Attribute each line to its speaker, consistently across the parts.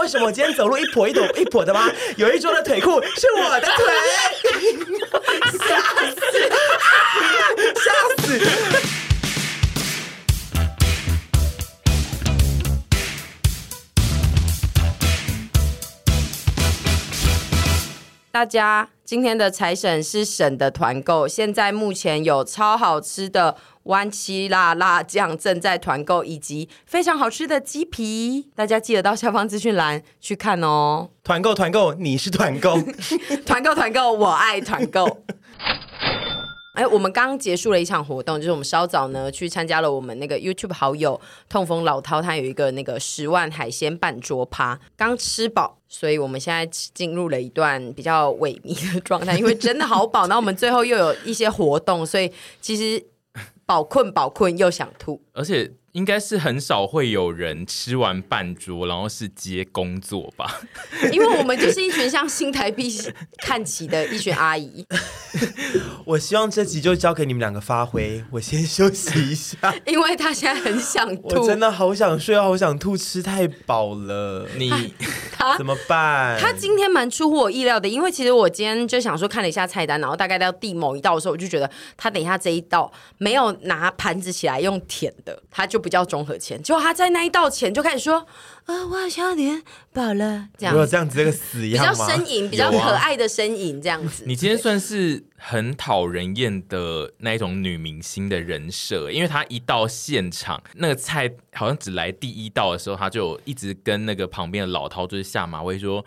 Speaker 1: 为什么我今天走路一跛一跛一跛的吗？有一桌的腿裤是我的腿，吓死，吓死！
Speaker 2: 大家今天的财神是省的团购，现在目前有超好吃的湾七辣辣酱正在团购，以及非常好吃的鸡皮，大家记得到下方资讯栏去看哦。
Speaker 1: 团购团购，你是团购，
Speaker 2: 团购团购，我爱团购。 哎，我们刚结束了一场活动，就是我们稍早呢去参加了我们那个 YouTube 好友痛风老饕，他有一个那个十万海鲜半桌趴，刚吃饱，所以我们现在进入了一段比较萎靡的状态，因为真的 好饱。然后我们最后又有一些活动，所以其实饱困饱困又想吐。
Speaker 3: 而且应该是很少会有人吃完半桌，然后是接工作吧？
Speaker 2: 因为我们就是一群像新台币看齐的一群阿姨，
Speaker 1: 我希望这集就交给你们两个发挥，我先休息一 下。
Speaker 2: 因为她现在很想
Speaker 1: 我
Speaker 2: 吐，
Speaker 1: 真的好想睡，好想吐，吃太饱了，
Speaker 3: 你
Speaker 2: 她
Speaker 1: 怎么
Speaker 3: 嗯
Speaker 1: 办？
Speaker 2: 他今天蛮出乎我意料的，因为其实我今天就想说看了一下菜单，然后大概到第某一道的时候，我就觉得他等一下这一道没有拿盘子起来用舔的，他就不叫综合前。结果他在那一道前就开始说：“呃，我好像有点饱了。”这样
Speaker 1: 我有这样子这个死
Speaker 2: 比较
Speaker 1: 样吗？
Speaker 2: 呻吟，比较可
Speaker 3: 有啊
Speaker 2: 爱的呻吟这样子。
Speaker 3: 你今天算是很讨人厌的那一种女明星的人设，欸因为她一到现场，那个菜好像只来第一道的时候，她就一直跟那个旁边的老饕就是下马威说。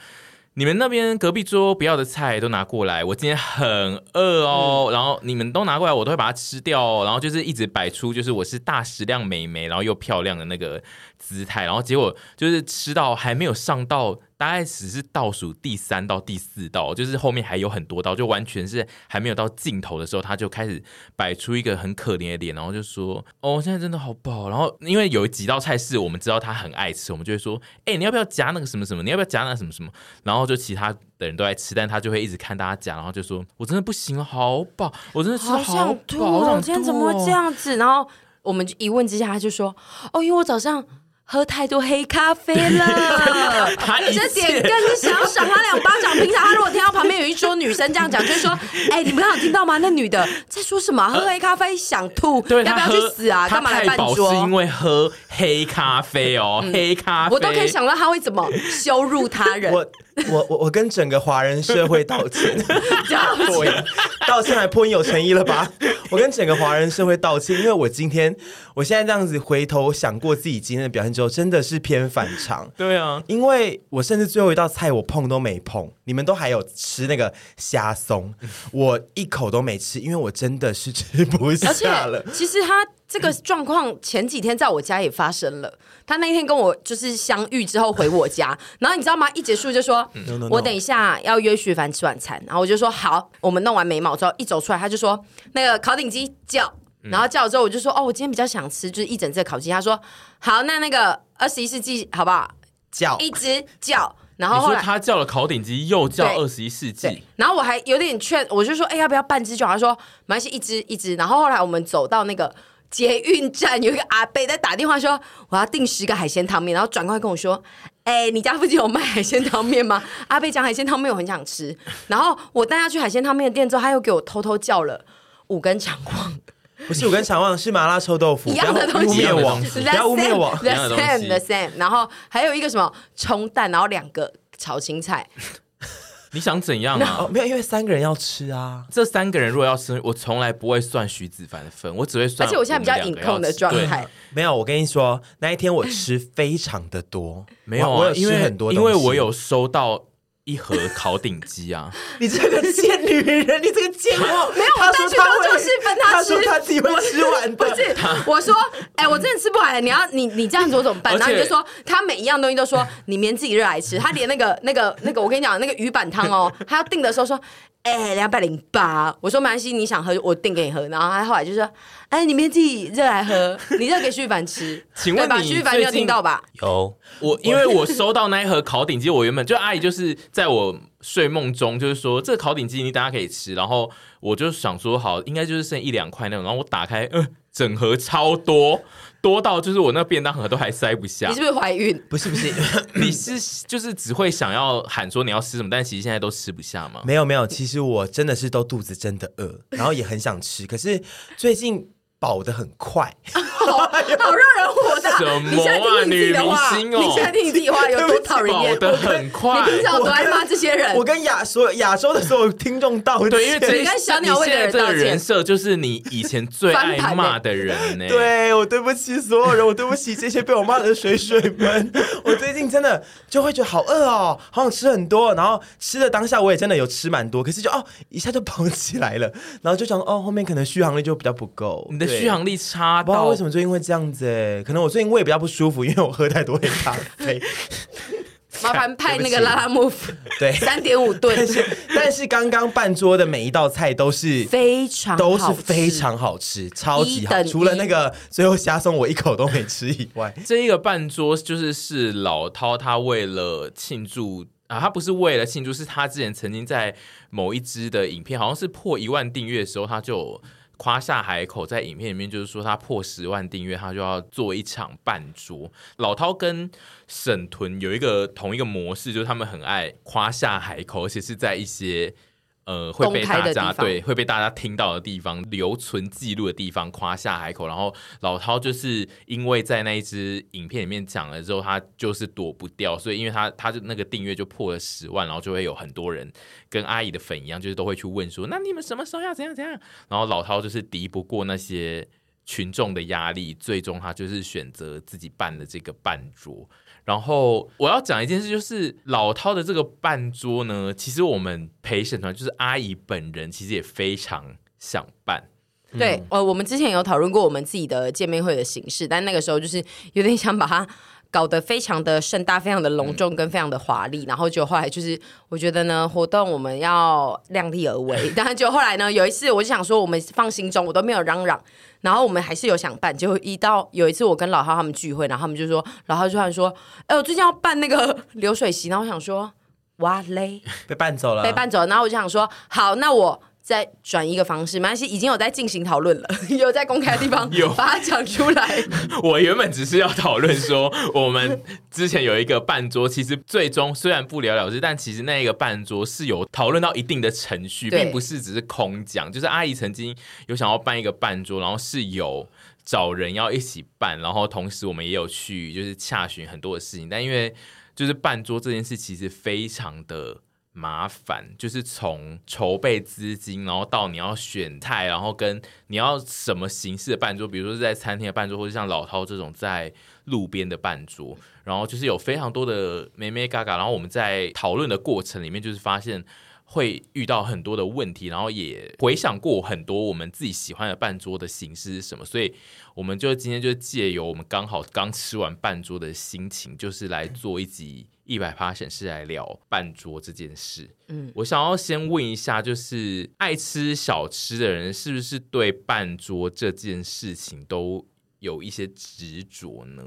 Speaker 3: 你们那边隔壁桌不要的菜都拿过来，我今天很饿哦。
Speaker 2: 嗯
Speaker 3: 然后你们都拿过来，我都会把它吃掉哦。然后就是一直摆出就是我是大食量美眉，然后又漂亮的那个姿态。然后结果就是吃到还没有上到，大概只是倒数第三到第四道，就是后面还有很多道，就完全是还没有到尽头的时候，他就开始摆出一个很可怜的脸，然后就说：“哦，现在真的好饱。”然后因为有几道菜是我们知道他很爱吃，我们就会说：“哎、你要不要夹那个什么什么？你要不要夹那个什么什么？”然后就其他的人都在吃，但他就会一直看大家夹，然后就说：“我真的不行了，好饱，我真的吃
Speaker 2: 好
Speaker 3: 的
Speaker 2: 想
Speaker 3: 饱，
Speaker 2: 吐
Speaker 3: 好
Speaker 2: 哦！
Speaker 3: 想
Speaker 2: 今天怎
Speaker 3: 吐
Speaker 2: 么
Speaker 3: 哦
Speaker 2: 会这？样子？然后我们就一问之下，他就说：“哦，因为我早上喝太多黑咖啡了。”
Speaker 3: 他一
Speaker 2: 这点
Speaker 3: 切
Speaker 2: 更是想要赏他两巴掌。平常他如果听到旁边有一桌女生这样讲，就会说：“哎、你们刚好听到吗？那女的在说什么啊、喝黑咖啡想吐，
Speaker 3: 呃对，
Speaker 2: 要不
Speaker 3: 他
Speaker 2: 要
Speaker 3: 喝
Speaker 2: 去死啊？
Speaker 3: 他
Speaker 2: 干嘛来
Speaker 3: 太
Speaker 2: 办
Speaker 3: 饱是
Speaker 2: 桌嗯
Speaker 3: 因？”为喝黑咖啡哦，黑咖啡
Speaker 2: 我都可以想到他会怎么羞辱他人。
Speaker 1: 我我我我跟整个华人社会道歉，对，道歉还颇有诚意了吧？我跟整个华人社会道歉，因为我今天我现在这样子回头想过自己今天的表现之后，真的是偏反常。
Speaker 3: 对啊，
Speaker 1: 因为我甚至最后一道菜我碰都没碰，你们都还有吃那个虾松，我一口都没吃，因为我真的是吃不
Speaker 2: 而且
Speaker 1: 下了。
Speaker 2: 其实他这个状况前几天在我家也发生了。他那天跟我就是相遇之后回我 家，然后你知道吗？一结束就说
Speaker 3: 嗯
Speaker 1: No, no, no.：“
Speaker 2: 我等一下要约徐凡吃晚餐。”然后我就说：“好。”我们弄完眉毛之后一走出来，他就说：“那个烤顶鸡叫。”
Speaker 3: 嗯
Speaker 2: 然后叫了之后，我就说：“哦，我今天比较想吃就是一整只的烤鸡。”他说：“好，那那个二十一世纪好不好？
Speaker 1: 叫
Speaker 2: 一只叫。”然后
Speaker 3: 哦你
Speaker 2: 后
Speaker 3: 说
Speaker 2: 来
Speaker 3: 他叫了烤顶鸡，又叫
Speaker 2: 对
Speaker 3: 二十一世
Speaker 2: 对
Speaker 3: 纪，，
Speaker 2: 然后我还有点劝，我就说，哎、要不要半只就好？他说，没关系，一只一只。然后后来我们走到那个捷运站，有一个阿伯在打电话说，我要订十个海鲜汤面，然后转过来跟我说。哎、你家附近有卖海鲜汤面吗？阿贝讲海鲜汤面我很想吃，然后我带他去海鲜汤面的店之后，他又给我偷偷叫了五根肠旺，
Speaker 1: 不是我跟常旺是麻辣臭豆腐，
Speaker 2: 一样的东西，
Speaker 1: 不要污蔑我，
Speaker 2: The
Speaker 1: 不要污蔑我
Speaker 2: same,。
Speaker 3: 一样的
Speaker 2: the
Speaker 3: 东西
Speaker 2: same the same，然后还有一个什么冲蛋，然后两个炒青菜，
Speaker 3: 你想怎样啊
Speaker 1: 哦，？没有，因为三个人要吃啊。
Speaker 3: 这三个人如果要吃，我从来不会算徐子凡的份，我只会算。
Speaker 2: 而且我现在比较隐控的状，态，
Speaker 1: 没有，我跟你说，那一天我吃非常的多，
Speaker 3: 没有
Speaker 1: 我我
Speaker 3: 啊，
Speaker 1: 有
Speaker 3: 因
Speaker 1: 吃
Speaker 3: 为
Speaker 1: 很多，
Speaker 3: 因为我。有收到一盒烤顶鸡啊，
Speaker 1: 你这个贱女人，你这个贱 货！没有
Speaker 2: 我带去工作室分他
Speaker 1: 他
Speaker 2: 吃
Speaker 1: 说他自己会吃 完
Speaker 2: 不
Speaker 1: 的。
Speaker 2: 是，我说，哎、我真的吃不完了，你要你你这样子我怎么办？
Speaker 3: 而且
Speaker 2: 然后你就说，他每一样东西都说 你明天自己热来吃，他连那个 那个那个，我跟你讲那个鱼板汤哦， 他要订的时候说，哎、两百零八，我说没关系，你想喝我订给你喝，然后他后来就说，哎、你明天自己热来 喝，你热给徐凡吃，
Speaker 3: 请问
Speaker 2: 对吧？
Speaker 3: 你
Speaker 2: 徐凡你有
Speaker 3: 最近
Speaker 2: 听到吧？
Speaker 4: 有，
Speaker 3: 我因为我收到那一盒烤顶鸡，我原本就阿姨就是在我睡梦中就是说这个烤顶鸡你大家可以吃，然后呃我就想说好，应该就是剩一两块那种，然后我打开，嗯、整盒超多，多到就是我那便当盒都还塞不下
Speaker 2: 你是。不是怀孕？
Speaker 1: 不是不是，
Speaker 3: 你是就是只会想要喊说你要吃什么，但其实现在都吃不下吗？
Speaker 1: 没有没有，其实我真的是都肚子真的饿，然后也很想吃，可是最近饱的很 快，
Speaker 2: 好好让人火大！
Speaker 3: 哎什么啊
Speaker 2: 你现在听你自己的话，
Speaker 3: 女明星哦
Speaker 2: 你现在听你自己的话有多讨人
Speaker 3: 饱
Speaker 2: 厌？
Speaker 3: 的很快
Speaker 2: 你。平常都在骂这些人
Speaker 1: 我，跟亚所有亚洲的所有听众道歉，
Speaker 3: 对，因为这
Speaker 2: 你跟小鸟胃的人
Speaker 3: 你现在这
Speaker 2: 道
Speaker 3: 个
Speaker 2: 歉
Speaker 3: 人设就是你以前最
Speaker 2: 翻
Speaker 3: 爱
Speaker 2: 盘
Speaker 3: 骂的人
Speaker 1: 哎
Speaker 3: 呢、，
Speaker 1: 对我对不起所有人，我对不起这些被我骂的水水 们。我最近真的就会觉得好饿哦，好想吃很多，然后吃的当下我也真的有吃蛮多，可是就哦一下就饱起来了，然后就想哦后面可能续航力就比较不够。
Speaker 3: 你的
Speaker 1: 对
Speaker 3: 续航力差
Speaker 1: 不知道
Speaker 3: 到
Speaker 1: 为什么最近会这样子哎、可能我最近胃比较不舒服，因为我喝太多黑咖啡。
Speaker 2: 麻烦派
Speaker 1: 对
Speaker 2: 那个
Speaker 1: 不起
Speaker 2: 拉拉木夫
Speaker 1: 对，
Speaker 2: 三点五吨
Speaker 1: 但，是但是刚刚半桌的每一道菜都是
Speaker 2: 非常
Speaker 1: 都是
Speaker 2: 好吃
Speaker 1: 非常好吃，超级
Speaker 2: 一
Speaker 1: 好，
Speaker 2: 等一
Speaker 1: 除了那个最后虾松我一口都没吃以外，
Speaker 3: 这一个半桌就是是老饕他为了庆祝啊，他不是为了庆祝，是他之前曾经在某一支的影片，好像是破一万订阅的时候，他就。夸下海口，在影片里面就是说他破十万订阅，他就要做一场半桌。老饕跟沈屯有一个同一个模式，就是他们很爱夸下海口，而且是在一些呃会被
Speaker 2: 公开
Speaker 3: 大
Speaker 2: 的
Speaker 3: 家
Speaker 2: 地方
Speaker 3: 对会被大家听到的地方、留存记录的地方夸下海口。然后老涛就是因为在那一支影片里面讲了之后，他就是躲不掉，所以因为他他就那个订阅就破了十万，然后就会有很多人跟阿姨的粉一样，就是都会去问说，那你们什么时候要怎样怎样？然后老涛就是敌不过那些。群众的压力，最终他就是选择自己办的这个半桌。然后我要讲一件事，就是老饕的这个办桌呢，其实我们陪审团就是阿姨本人，其实也非常想办。
Speaker 1: 嗯
Speaker 2: 对，呃，我们之前有讨论过我们自己的见面会的形式，但那个时候就是有点想把它搞得非常的盛大、非常的隆
Speaker 1: 嗯
Speaker 2: 重跟非常的华丽，然后就后来就是我觉得呢，活动我们要量力而 为，但就后来呢，有一次我就想说，我们放心中，我都没有嚷嚷。然后我们还是有想办，结果一到有一次我跟老浩他们聚会，然后他们就说，老浩突然说：“哎、我最近要办那个流水席。”然后我想说：“哇嘞！”
Speaker 1: 被办走了，
Speaker 2: 被搬走，然后我就想说，好，那我再转一个方式，没关系，已经有在进行讨论了， 有在公开的地 方
Speaker 3: 有
Speaker 2: 把它讲出来，
Speaker 3: 我原本只是要讨论说，我们之前有一个半桌，其实最终虽然不了了之，但其实那一个半桌是有讨论到一定的程序，
Speaker 2: 对
Speaker 3: 并不是只是空讲。就是阿姨曾经有想要办一个半桌，然后是有找人要一起办，然后同时我们也有去就是洽询很多的事情，但因为就是办桌这件事其实非常的。麻烦就是从筹备资金，然后到你要选菜，然后跟你要什么形式的办桌，比如说是在餐厅的办桌，或者像老饕这种在路边的办桌，然后就是有非常多的妹妹嘎嘎，然后我们在讨论的过程里面，就是发现会遇到很多的问题，然后也回想过很多我们自己喜欢的半桌的形式是什么，所以我们就今天就借由我们刚好刚吃完半桌的心情，就是来做一集一百 p a s 是来聊半桌这件事。嗯，我想要先问一下，就是爱吃小吃的人是不是对半桌这件事情都有一些执着呢？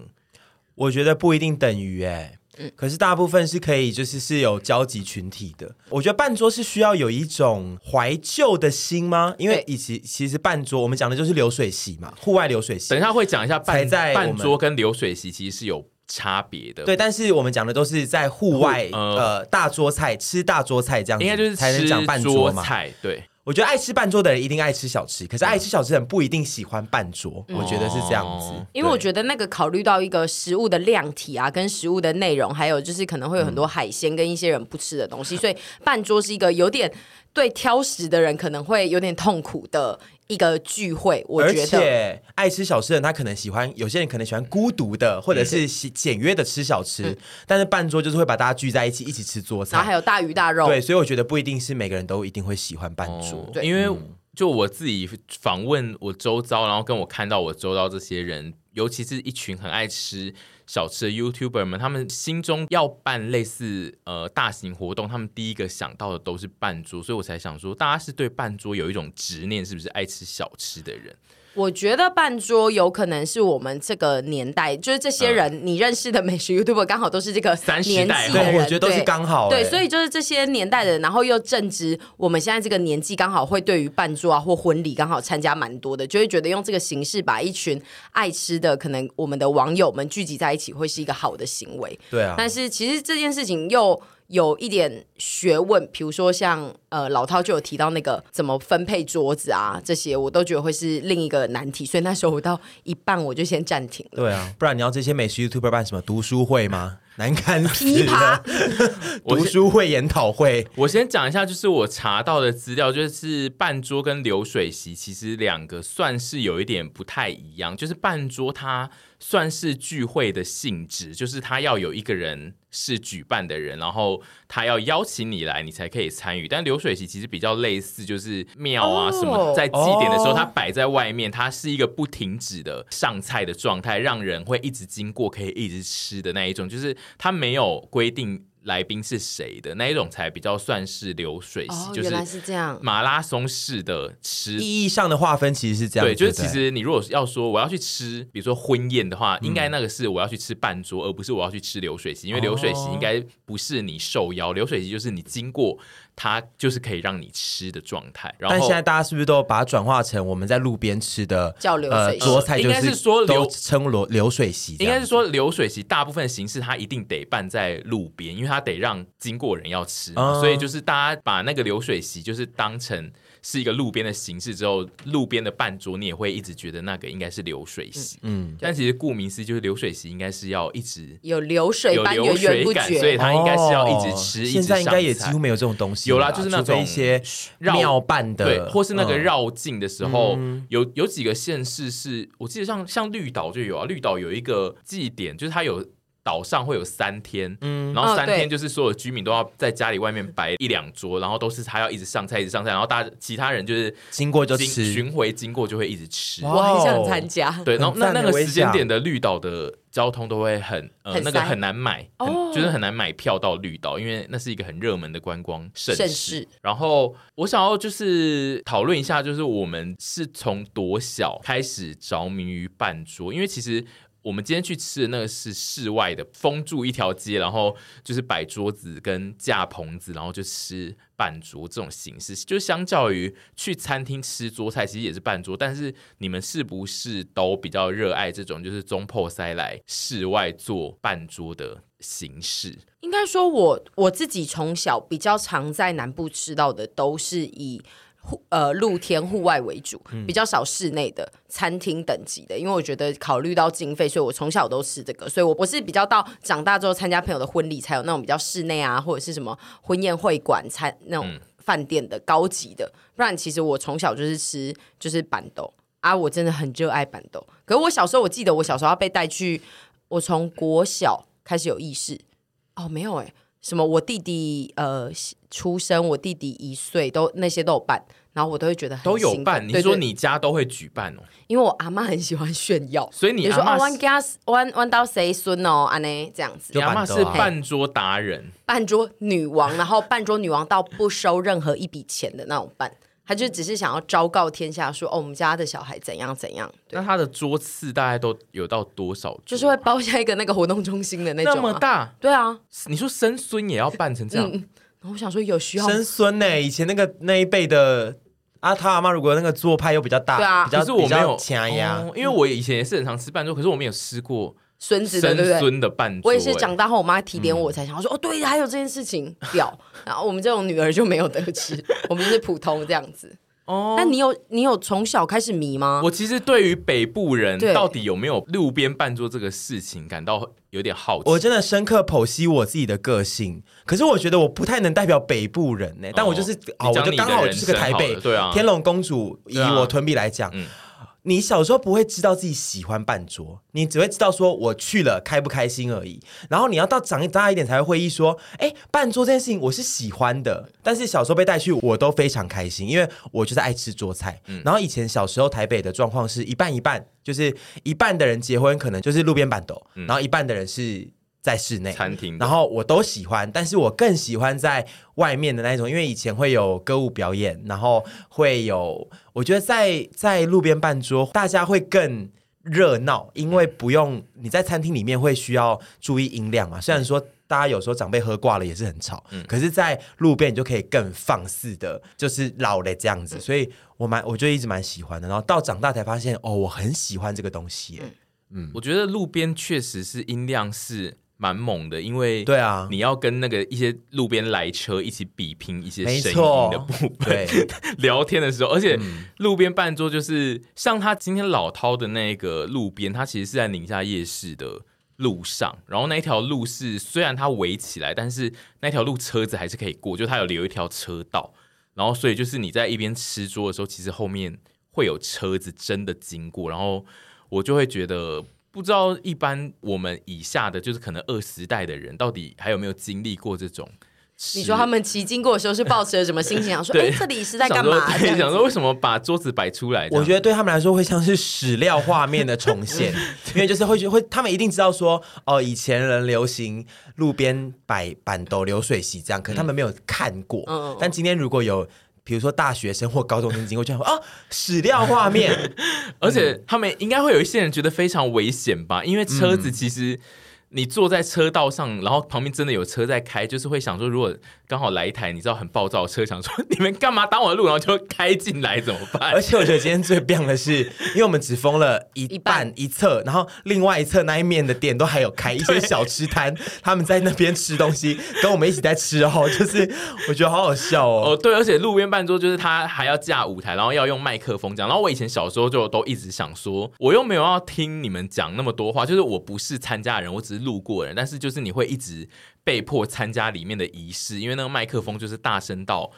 Speaker 1: 我觉得不一定等于哎、
Speaker 2: 嗯
Speaker 1: 可是大部分是可以，就是是有交集群体的。我觉得办桌是需要有一种怀旧的心吗？因为
Speaker 2: 对
Speaker 1: 以前其实办桌我们讲的就是流水席嘛，户外流水席
Speaker 3: 等一。下会讲一下
Speaker 1: 才
Speaker 3: 半
Speaker 1: 在我们
Speaker 3: 半桌跟流水席其实是有差别的，
Speaker 1: 对，但是我们讲的都是在户外，
Speaker 3: 户
Speaker 1: 呃
Speaker 3: 呃
Speaker 1: 大桌菜吃大桌菜这样子，
Speaker 3: 应该就是
Speaker 1: 才能讲
Speaker 3: 吃
Speaker 1: 半
Speaker 3: 桌
Speaker 1: 嘛。
Speaker 3: 菜，对，
Speaker 1: 我觉得爱吃半桌的人一定爱吃小吃，可是爱吃小吃的人不一定喜欢半桌，我觉得是这样子。
Speaker 3: 哦
Speaker 2: 嗯因为我觉得那个考虑到一个食物的量体啊，跟食物的内容，还有就是可能会有
Speaker 1: 嗯
Speaker 2: 很多海鲜跟一些人不吃的东西，所以半桌是一个有点对挑食的人可能会有点痛苦的一个聚会，我
Speaker 1: 而
Speaker 2: 觉得。
Speaker 1: 且爱吃小吃的人，他可能喜欢，有些人可能喜欢孤独的，或者是喜简约的吃小吃，但是半桌就是会把大家聚在一起，一起吃桌
Speaker 2: 然后还
Speaker 1: 菜。
Speaker 2: 有大鱼大肉，
Speaker 1: 对，所以我觉得不一定是每个人都一定会喜欢半桌
Speaker 3: 哦，
Speaker 2: 对
Speaker 3: 因为就我自己访问我周遭，然后跟我看到我周遭这些人，尤其是一群很爱吃小吃的 YouTuber 们，他们心中要办类似呃大型活动，他们第一个想到的都是半桌，所以我才想说，大家是对半桌有一种执念，是不是爱吃小吃的人？
Speaker 2: 我觉得半桌有可能是我们这个年代，就是这些
Speaker 1: 嗯
Speaker 2: 人、你认识的美食 YouTuber 刚好都是这个
Speaker 3: 30
Speaker 2: 年
Speaker 3: 代
Speaker 2: 纪的
Speaker 3: 后
Speaker 2: 人，
Speaker 1: 对我觉得都是
Speaker 2: 对
Speaker 1: 刚好
Speaker 2: 对，
Speaker 1: 欸
Speaker 2: 所以就是这些年代的人，然后又正值我们现在这个年纪，刚好会对于半桌啊或婚礼刚好参加蛮多的，就会觉得用这个形式把一群爱吃的可能我们的网友们聚集在一起，会是一个好的行为。
Speaker 1: 对啊，
Speaker 2: 但是其实这件事情又有一点学问，比如说像呃老涛就有提到那个怎么分配桌子啊，这些我都觉得会是另一个难题，所以那时候我到一半我就先暂 停了。
Speaker 1: 对啊，不然你要这些美食 YouTuber 办什么读书会吗？难堪死
Speaker 2: 琵琶
Speaker 1: 了！读书会、研讨会，
Speaker 3: 我先讲一下，就是我查到的资料，就是半桌跟流水席其实两个算是有一点不太一样，就是半桌它算是聚会的性质，就是它要有一个人是举办的人，然后他要邀请你来，你才可以参与。但流水席其实比较类似，就是庙啊
Speaker 2: 哦
Speaker 3: 什么，在祭典的时候，
Speaker 1: 哦
Speaker 3: 它摆在外面，它是一个不停止的上菜的状态，让人会一直经过，可以一直吃的那一种，就是它没有规定。来宾是谁的那一种才比较算是流水
Speaker 2: 哦，
Speaker 3: 席，就
Speaker 2: 原来是
Speaker 3: 是
Speaker 2: 这样。
Speaker 3: 马拉松式的吃
Speaker 1: 意义上的划分其实是这样
Speaker 3: 对，
Speaker 1: 子，
Speaker 3: 就是
Speaker 1: 不
Speaker 3: 其实你如果要说我要去吃，比如说婚宴的话，应该那个是我要去吃半桌，而不是我要去吃流水席，因为流水席
Speaker 1: 哦
Speaker 3: 应该不是你受邀，流水席就是你经过它就是可以让你吃的状态。然
Speaker 1: 但
Speaker 3: 后
Speaker 1: 现在大家是不是都把它转化成我们在路边吃的
Speaker 2: 叫流
Speaker 1: 呃
Speaker 2: 水席
Speaker 1: 桌菜，就
Speaker 3: 应该是说流
Speaker 1: 都称流流水席这
Speaker 3: 应
Speaker 1: 样，
Speaker 3: 该是说流水席大部分形式它一定得办在路边，因为它得让经过人要吃嘛，
Speaker 1: 哦
Speaker 3: 所以就是大家把那个流水席就是当成是一个路边的形式之后，路边的半桌你也会一直觉得那个应该是流水席，
Speaker 1: 嗯，
Speaker 3: 但其实顾名思义就是流水席应该是要一直。
Speaker 2: 有流水
Speaker 3: 有
Speaker 2: 般
Speaker 3: 流
Speaker 2: 源
Speaker 3: 水
Speaker 2: 源不
Speaker 3: 感，所以
Speaker 2: 绝，
Speaker 3: 它应该是要一直吃，
Speaker 1: 哦
Speaker 3: 一直
Speaker 1: 现在应该也几
Speaker 3: 上菜
Speaker 1: 乎没有这种东西了，
Speaker 3: 有啦就是那
Speaker 1: 除非
Speaker 3: 种
Speaker 1: 一些
Speaker 3: 绕
Speaker 1: 庙办的，
Speaker 3: 对，或是那个
Speaker 1: 嗯
Speaker 3: 绕境的时候，有有几个县市是我记得像像绿岛就有啊，绿岛有一个祭典，就是它有。岛上会有三天，嗯，然后
Speaker 2: 哦
Speaker 3: 三
Speaker 2: 对
Speaker 3: 天就是所有居民都要在家里外面摆一两桌，然后都是他要一直上菜，一直上菜，然后大家其他人就是
Speaker 1: 经过就
Speaker 3: 经
Speaker 1: 吃
Speaker 3: 巡回经过就会一直吃，
Speaker 1: 哇
Speaker 2: 我很
Speaker 3: 哦
Speaker 2: 想参加。
Speaker 3: 对，然后那
Speaker 1: 很赞
Speaker 3: 那
Speaker 1: 的
Speaker 3: 个
Speaker 1: 我也
Speaker 3: 时间
Speaker 1: 想
Speaker 3: 点的绿岛的交通都会很呃
Speaker 2: 很
Speaker 3: 那个
Speaker 2: 塞哦
Speaker 3: 很难买，很就是很难买票到绿岛，因为那是一个很热门的观光盛
Speaker 2: 盛
Speaker 3: 事
Speaker 2: 世。
Speaker 3: 然后我想要就是讨论一下，就是我们是从多小开始着迷于半桌，因为其实。我们今天去吃的那个是室外的，封住一条街，然后就是摆桌子跟架棚子，然后就吃半桌这种形式。就相较于去餐厅吃桌菜，其实也是半桌，但是你们是不是都比较热爱这种就是中破塞来室外做半桌的形式？
Speaker 2: 应该说我，我自己从小比较常在南部吃到的都是以户呃露天户外为主，比较少室内的餐厅等级的，因为我觉得考虑到经费，所以我从小都吃这个，所以我我是比较到长大之后参加朋友的婚礼才有那种比较室内啊，或者是什么婚宴会馆餐那种饭店的高级的，不然其实我从小就是吃就是板豆啊，我真的很热爱板豆，可是我小时候我记得我小时候要被带去，我从国小开始有意识。哦，没有哎、什么我弟弟呃出生，我弟弟一岁，都那些都有办，然后我都会觉得很
Speaker 3: 都有
Speaker 2: 兴奋
Speaker 3: 办，你
Speaker 2: 对
Speaker 3: 说
Speaker 2: 对
Speaker 3: 你家都会举办哦，
Speaker 2: 因为我阿妈很喜欢炫耀，
Speaker 3: 所以你
Speaker 2: 比如说
Speaker 3: 阿
Speaker 2: 哦
Speaker 3: 嬷
Speaker 2: ，one gas one one 到谁孙哦，安呢这样子
Speaker 1: 有，
Speaker 3: 你阿妈
Speaker 1: 办桌啊
Speaker 3: 是半桌达人，
Speaker 2: 半桌女王，然后半桌女王到不收任何一笔钱的那种办。她就只是想要昭告天下说，哦，我们家的小孩怎样怎样，
Speaker 3: 那他的桌次大概都有到多少桌？
Speaker 2: 就是会包下一个那个活动中心的那
Speaker 3: 那
Speaker 2: 种、
Speaker 3: 么
Speaker 2: 啊。
Speaker 3: 大，
Speaker 2: 对啊，
Speaker 3: 你说生孙也要办成这样？
Speaker 2: 然后我想说有需要吗
Speaker 1: 生孙呢、以前那个那一辈的啊，他阿妈如果那个做派又比较大，
Speaker 2: 对啊
Speaker 1: 比较
Speaker 3: 可是我没有
Speaker 1: 掐压、
Speaker 3: 哦因为我以前也是很常吃半桌，可是我没有吃过
Speaker 2: 孙子的，
Speaker 3: 生
Speaker 2: 对不对？
Speaker 3: 孙的半桌、
Speaker 2: 我也是
Speaker 3: 哎
Speaker 2: 长大后，我妈提点
Speaker 3: 嗯
Speaker 2: 我才想说，哦，对，还有这件事情屌。然后我们这种女儿就没有得吃， 我们就是普通这样子。
Speaker 3: 哦
Speaker 2: 那你有你有从小开始迷吗？
Speaker 3: 我其实对于北部人
Speaker 2: 对
Speaker 3: 到底有没有路边办桌这个事情感到有点好奇。
Speaker 1: 我真的深刻剖析我自己的个性，可是我觉得我不太能代表北部人呢、但我就是
Speaker 3: 你
Speaker 1: 啊，我
Speaker 3: 讲
Speaker 1: 就
Speaker 3: 哦你的
Speaker 1: 刚好
Speaker 3: 人
Speaker 1: 就是个
Speaker 3: 生
Speaker 1: 台
Speaker 3: 好
Speaker 1: 北
Speaker 3: 了对啊
Speaker 1: 天龙公主，以
Speaker 3: 对啊
Speaker 1: 我屯比来讲，
Speaker 3: 嗯
Speaker 1: 你小时候不会知道自己喜欢半桌，你只会知道说我去了开不开心而已。然后你要到长大一点才会会意说，哎、半桌这件事情我是喜欢的，但是小时候被带去我都非常开心，因为我就是爱吃桌菜。
Speaker 3: 嗯
Speaker 1: 然后以前小时候台北的状况是一半一半，就是一半的人结婚可能就是路边板斗，然后一半的人是。在室内
Speaker 3: 嗯餐厅的
Speaker 1: 然后我都喜欢，但是我更喜欢在外面的那一种，因为以前会有歌舞表演，然后会有，我觉得在在路边办桌，大家会更。热闹，因为不用你在餐厅里面会需要注意音量嘛。虽然说大家有时候长辈喝挂了也是很吵，可是，在路边你就可以更放肆的，就是老了这样子。所以我蛮，我就一直蛮喜欢的。然后到长大才发现，哦，我很喜欢这个东西耶。
Speaker 3: 我觉得路边确实是音量是蛮猛的，因为
Speaker 1: 对啊
Speaker 3: 你要跟那个一些路边来车一起比拼一些
Speaker 1: 没
Speaker 3: 声
Speaker 1: 错
Speaker 3: 音的部分
Speaker 1: 对，
Speaker 3: 聊天的时候，而且路边办桌就是像他今天老涛的那个路边，他其实是在宁夏夜市的。路上，然后那一条路是虽然它围起来，但是那条路车子还是可以过，就它有留一条车道，然后所以就是你在一边吃桌的时候，其实后面会有车子真的经过，然后我就会觉得。不知道一般我们以下的，就是可能二十代的人，到底还有没有经历过这种？
Speaker 2: 你说他们骑经过的时候是抱持着什么心情？想说，哎
Speaker 3: 对，
Speaker 2: 这里是在干嘛
Speaker 3: 想？
Speaker 2: 这
Speaker 3: 说对，
Speaker 2: 样
Speaker 3: 想
Speaker 2: 子
Speaker 3: 说为什么把桌子摆出来？
Speaker 1: 我觉得
Speaker 3: 得
Speaker 1: 对他们来说会像是史料画面的重现， 因为就是会觉会，他们一定知道说，哦，以前人流行路边摆板斗流水席这样，可是他们没有看过。
Speaker 2: 嗯嗯
Speaker 1: 但今天如果有。比如说大学生或高中生经过，就想说啊，史料画
Speaker 2: 哎
Speaker 1: 面，
Speaker 3: 而且他们应该会有一些人觉得非常危险吧，因为车子其实你坐在车道上，然后旁边真的有车在开，就是会想说，如果刚好来一台你知道很暴躁的车，想说 你们干嘛挡我的路，然后就开进来怎么办
Speaker 1: 而？且我觉得今天最棒的是，因为我们只封了一
Speaker 2: 一
Speaker 1: 半
Speaker 2: 半
Speaker 1: 一侧，然后另外一侧那一面的店都还有开一些小吃摊，他们在那边吃东西，跟我们一起在吃哦，就是我觉得好好笑
Speaker 3: 哦，
Speaker 1: 哦。
Speaker 3: 对，而且路边办桌就是他还要架舞台，然后要用麦克风讲。然后我以前小时候就都一直想说，我又没有要听你们讲那么多话，就是我不是参加人，我只是路过人。但是就是你会一直被迫参加里面的仪式，因为那个麦克风就是大声到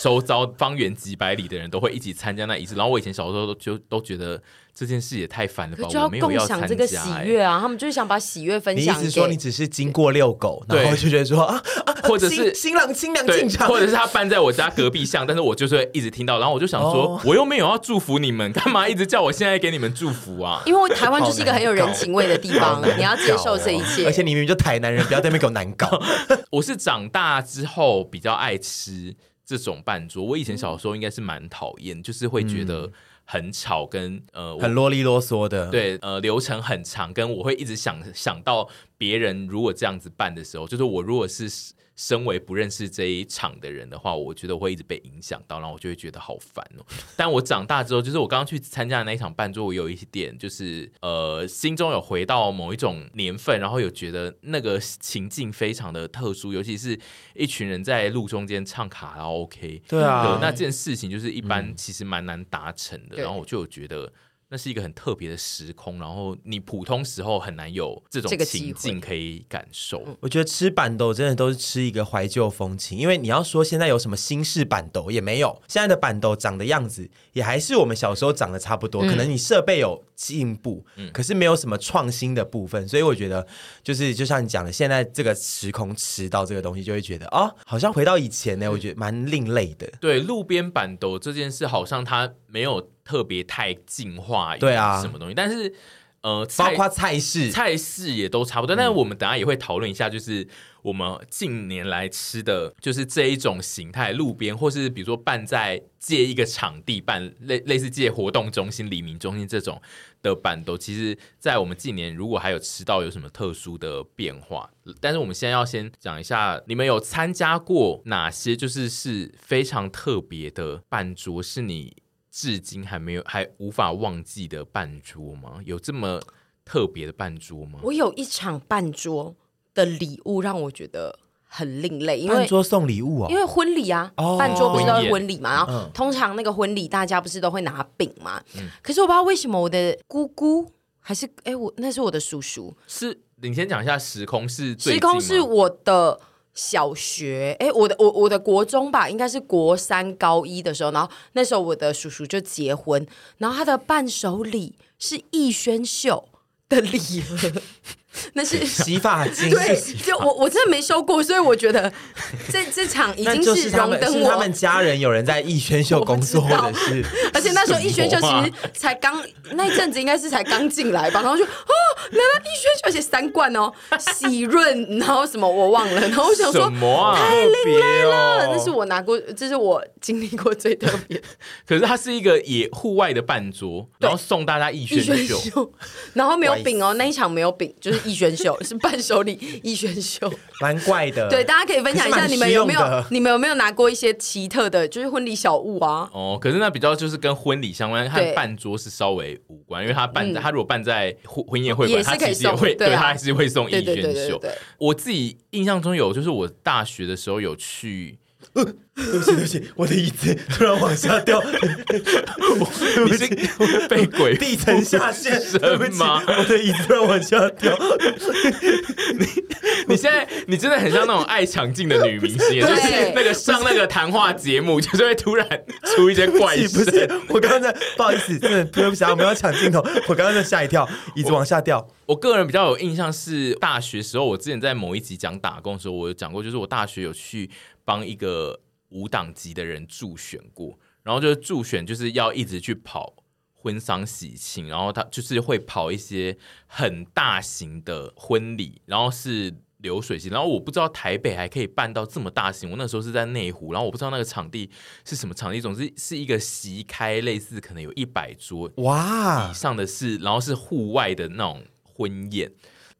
Speaker 3: 周遭方圆几百里的人都会一起参加那仪式。然后我以前小时候都就都觉得这件事也太烦了吧，
Speaker 2: 可就
Speaker 3: 我没有
Speaker 2: 共
Speaker 3: 要参
Speaker 2: 享
Speaker 3: 加、
Speaker 2: 这个喜
Speaker 3: 欸
Speaker 2: 悦啊！他们就是想把喜悦分
Speaker 1: 你意
Speaker 2: 享
Speaker 1: 思说你
Speaker 2: 给。
Speaker 1: 只是经过遛狗，
Speaker 3: 对
Speaker 1: 然后就觉得说啊啊，啊
Speaker 3: 或者是
Speaker 1: 新新郎新娘
Speaker 3: 对
Speaker 1: 进，场，
Speaker 3: 或者是他搬在我家隔壁巷，但是我就是会一直听到，然后我就想说
Speaker 1: 哦，
Speaker 3: 我又没有要祝福你们，干嘛一直叫我现在给你们祝福啊？
Speaker 2: 因为台湾就是一个很有人情味的地 方，你要接
Speaker 3: 哦
Speaker 2: 受这一切。
Speaker 1: 而且你明明就台南人，不要在那边给我难 搞。
Speaker 3: 我是长大之后比较爱吃这种饭桌，我以前小时候应该是蛮讨厌，就是会觉
Speaker 1: 嗯
Speaker 3: 得很吵跟呃我
Speaker 1: 很啰里啰嗦的。，
Speaker 3: 对，呃，流程很长，跟我会一直想想到别人如果这样子办的时候，就是我如果是身为不认识这一场的人的话，我觉得我会一直被影响到，然后我就会觉得好烦哦。但我长大之后，就是我刚刚去参加的那一场伴奏，我有一点就是呃，心中有回到某一种年份，然后有觉得那个情境非常的特殊，尤其是一群人在路中间唱卡拉 OK，
Speaker 1: 对啊嗯
Speaker 3: 的那件事情就是一般其实蛮难达成的，
Speaker 2: 对
Speaker 3: 然后我就有觉得。那是一个很特别的时空，然后你普通时候很难有这种
Speaker 2: 这个
Speaker 3: 情
Speaker 2: 机
Speaker 3: 境
Speaker 2: 会嗯
Speaker 3: 可以感受。
Speaker 1: 我觉得吃板豆真的都是吃一个怀旧风情，因为你要说现在有什么新式板豆也没有，现在的板豆长的样子也还是我们小时候长得差不多，
Speaker 2: 嗯
Speaker 1: 可能你设备有进步，可是没有什么创新的部分，所以我觉得就是就像你讲的，现在这个时空吃到这个东西，就会觉得哦，好像回到以前
Speaker 2: 嗯
Speaker 1: 呢，我觉得蛮另类的。
Speaker 3: 对，路边板斗这件事好像它没有特别太进化，
Speaker 1: 对啊
Speaker 3: 什么东西，但是呃，
Speaker 1: 包
Speaker 3: 菜
Speaker 1: 括菜式，
Speaker 3: 菜式也都差不多，但是我们等下也会讨论一下，就是我们近年来吃的，就是这一种形态，路边或是比如说办在借一个场地办类类似借活动中心、黎明中心这种的板豆，其实在我们近年如果还有吃到有什么特殊的变化，但是我们现在要先讲一下，你们有参加过哪些就是是非常特别的办桌，是你。至今还没有还无法忘记的办桌吗？有这么特别的半桌吗？
Speaker 2: 我有一场办桌的礼物让我觉得很另类，因
Speaker 1: 饭
Speaker 2: 为
Speaker 1: 桌送礼物哦，
Speaker 2: 因为婚礼啊
Speaker 1: 哦，
Speaker 2: 办桌不是都
Speaker 3: 婚
Speaker 2: 是
Speaker 3: 宴
Speaker 2: 婚礼嘛，然后
Speaker 1: 嗯
Speaker 2: 通常那个婚礼大家不是都会拿饼嘛，可是我不知道为什么我的姑姑还是哎我那是我的叔叔，
Speaker 3: 是你先讲一下时空是最
Speaker 2: 时
Speaker 3: 近吗
Speaker 2: 空是我的小学，哎，我的我我的国中吧，应该是国三高一的时候，然后那时候我的叔叔就结婚，然后他的伴手礼是逸轩秀的礼盒， 那是
Speaker 1: 洗发精，
Speaker 2: 对，就我我真的没收过，所以我觉得这这场已
Speaker 1: 那
Speaker 2: 经
Speaker 1: 就是他
Speaker 2: 荣
Speaker 1: 们
Speaker 2: 登
Speaker 1: 是
Speaker 2: 我。
Speaker 1: 他们家人有人在逸轩秀工作，
Speaker 2: 我知道
Speaker 1: 或者是
Speaker 2: 而且那时候
Speaker 3: 什
Speaker 2: 逸轩秀其
Speaker 3: 么啊
Speaker 2: 实才刚那一阵子应该是才刚进来吧，然后就哦，来了逸轩秀，而且三罐哦，喜润，然后什么我忘了，然后我想说啊
Speaker 3: 什么啊？
Speaker 1: 特别哦，
Speaker 2: 那是我拿过，这是我经历过最特别的
Speaker 3: 可是它是一个野户外的半桌，然后送大家逸
Speaker 2: 逸
Speaker 3: 轩
Speaker 2: 轩
Speaker 3: 秀，
Speaker 2: 秀，然后没有饼哦，那一场没有饼，就是逸轩秀， 是伴手礼逸轩秀。
Speaker 1: 蛮怪的。
Speaker 3: 呃
Speaker 2: 对，大家可以分享一
Speaker 1: 可是
Speaker 2: 下
Speaker 1: 蛮
Speaker 2: 你们有没
Speaker 1: 实用
Speaker 2: 有
Speaker 1: 的
Speaker 2: 你们有没有拿过一些奇特的，就是婚礼小物啊？
Speaker 3: 哦，可是那比较就是跟婚礼相关，
Speaker 2: 对嗯
Speaker 3: 和办桌是稍微无关，因为他办、他如果办在婚婚宴会
Speaker 2: 也
Speaker 3: 馆，
Speaker 2: 是
Speaker 3: 他
Speaker 2: 可以
Speaker 3: 其实也
Speaker 2: 送
Speaker 3: 会，
Speaker 2: 对啊
Speaker 3: 他还是会送逸
Speaker 2: 对对对
Speaker 3: 轩
Speaker 2: 对
Speaker 3: 秀
Speaker 2: 对。对，
Speaker 3: 我自己印象中有，就是我大学的时候 有去，
Speaker 1: 对不起，对不起，我的椅子 突然往下掉，
Speaker 3: 你是被鬼
Speaker 1: 地层下 陷，对不起，
Speaker 3: 吗
Speaker 1: 我的椅子突然往下掉。
Speaker 3: 你现在你真的很像那种爱抢镜的女明 星，就是那个上那个谈话节目，就是会突然出一些怪
Speaker 1: 不
Speaker 3: 事。
Speaker 1: 是，我刚刚在不好意思，真的对不起啊，我们要抢 镜头，我刚刚在吓一跳，椅子往下掉。
Speaker 3: 我个人比较有印象是大学时候，我之前在某一集讲打工的时候，我有讲过，就是我大学有去帮一个无党籍的人助选过，然后就是助选就是要一直去跑婚丧喜庆，然后他就是会跑一些很大型的婚礼，然后是。流水席，然后我不知道台北还可以办到这么大型。我那时候是在内湖，然后我不知道那个场地是什么场地，总之是一个席开，类似可能有一百桌
Speaker 1: 哇
Speaker 3: 以，上的是，然后是户外的那种婚宴，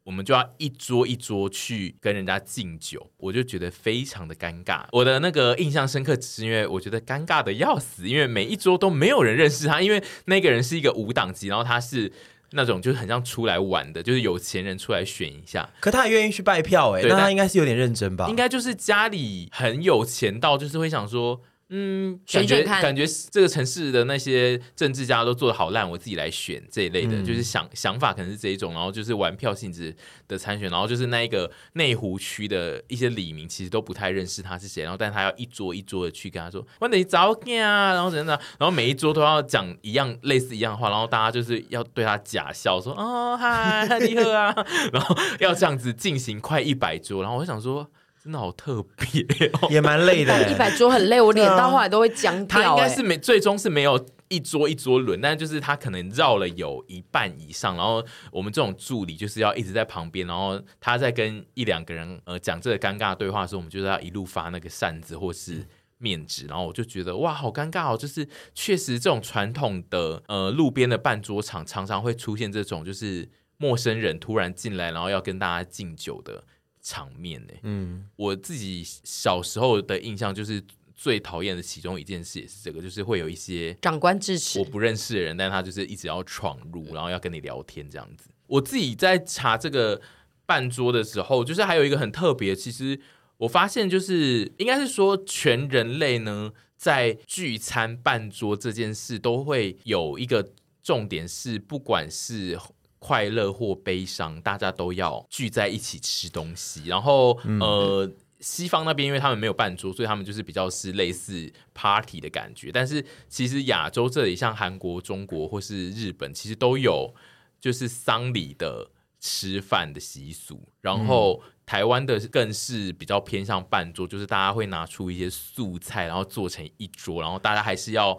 Speaker 3: 我们就要一桌一桌去跟人家敬酒，我就觉得非常的尴尬。我的那个印象深刻，只是因为我觉得尴尬的要死，因为每一桌都没有人认识他，因为那个人是一个无党籍，然后他是。那种就是很像出来玩的，就是有钱人出来选一下，
Speaker 1: 可他还愿意去拜票哎、
Speaker 3: 对
Speaker 1: 那他
Speaker 3: 但
Speaker 1: 应该是有点认真吧？
Speaker 3: 应该就是家里很有钱到，就是会想说，嗯，
Speaker 2: 选
Speaker 3: 感觉
Speaker 2: 选看
Speaker 3: 感觉这个城市的那些政治家都做的好烂，我自己来选这一类的，
Speaker 2: 嗯
Speaker 3: 就是想想法可能是这一种，然后就是玩票性质的参选，然后就是那一个内湖区的一些李明其实都不太认识他是谁，然后但他要一桌一桌的去跟他说，我得早点啊，然后怎样怎样，然后每一桌都要讲一样类似一样的话，然后大家就是要对他假笑说，哦嗨，你 好啊， 然后要这样子进行快一百桌，然后我就想说。真的好特别哦！
Speaker 1: 也蛮累的、
Speaker 2: 一百桌很累，我脸
Speaker 1: 对啊
Speaker 2: 到后来都会僵
Speaker 3: 他
Speaker 2: 掉。
Speaker 3: 应该
Speaker 2: 哎
Speaker 3: 是没最终是没有一桌一桌轮，但就是他可能绕了有一半以上，然后我们这种助理就是要一直在旁边，然后他在跟一两个人呃讲这个尴尬的对话的时候，我们就是要一路发那个扇子或是。面纸，然后我就觉得哇，好尴尬哦！就是确实这种传统的呃路边的办桌场，常常会出现这种就是陌生人突然进来，然后要跟大家敬酒的场面欸呢。
Speaker 1: 嗯，
Speaker 3: 我自己小时候的印象就是最讨厌的其中一件事也是这个，就是会有一些
Speaker 2: 长官致
Speaker 3: 我
Speaker 2: 辞，
Speaker 3: 不认识的人，但他就是一直要闯入，然后要跟你聊天这样子。我自己在查这个半桌的时候，就是还有一个很特别，其实我发现就是应该是说全人类呢，在聚餐半桌这件事都会有一个重点是，不管是快乐或悲伤，大家都要聚在一起吃东西。然后、呃，西方那边因为他们没有办桌，所以他们就是比较是类似 party 的感觉。但是其实亚洲这里，像韩国、中国或是日本，其实都有就是丧礼的吃饭的习俗。然后台湾的更是比较偏向半桌，就是大家会拿出一些素菜，然后做成一桌，然后大家还是要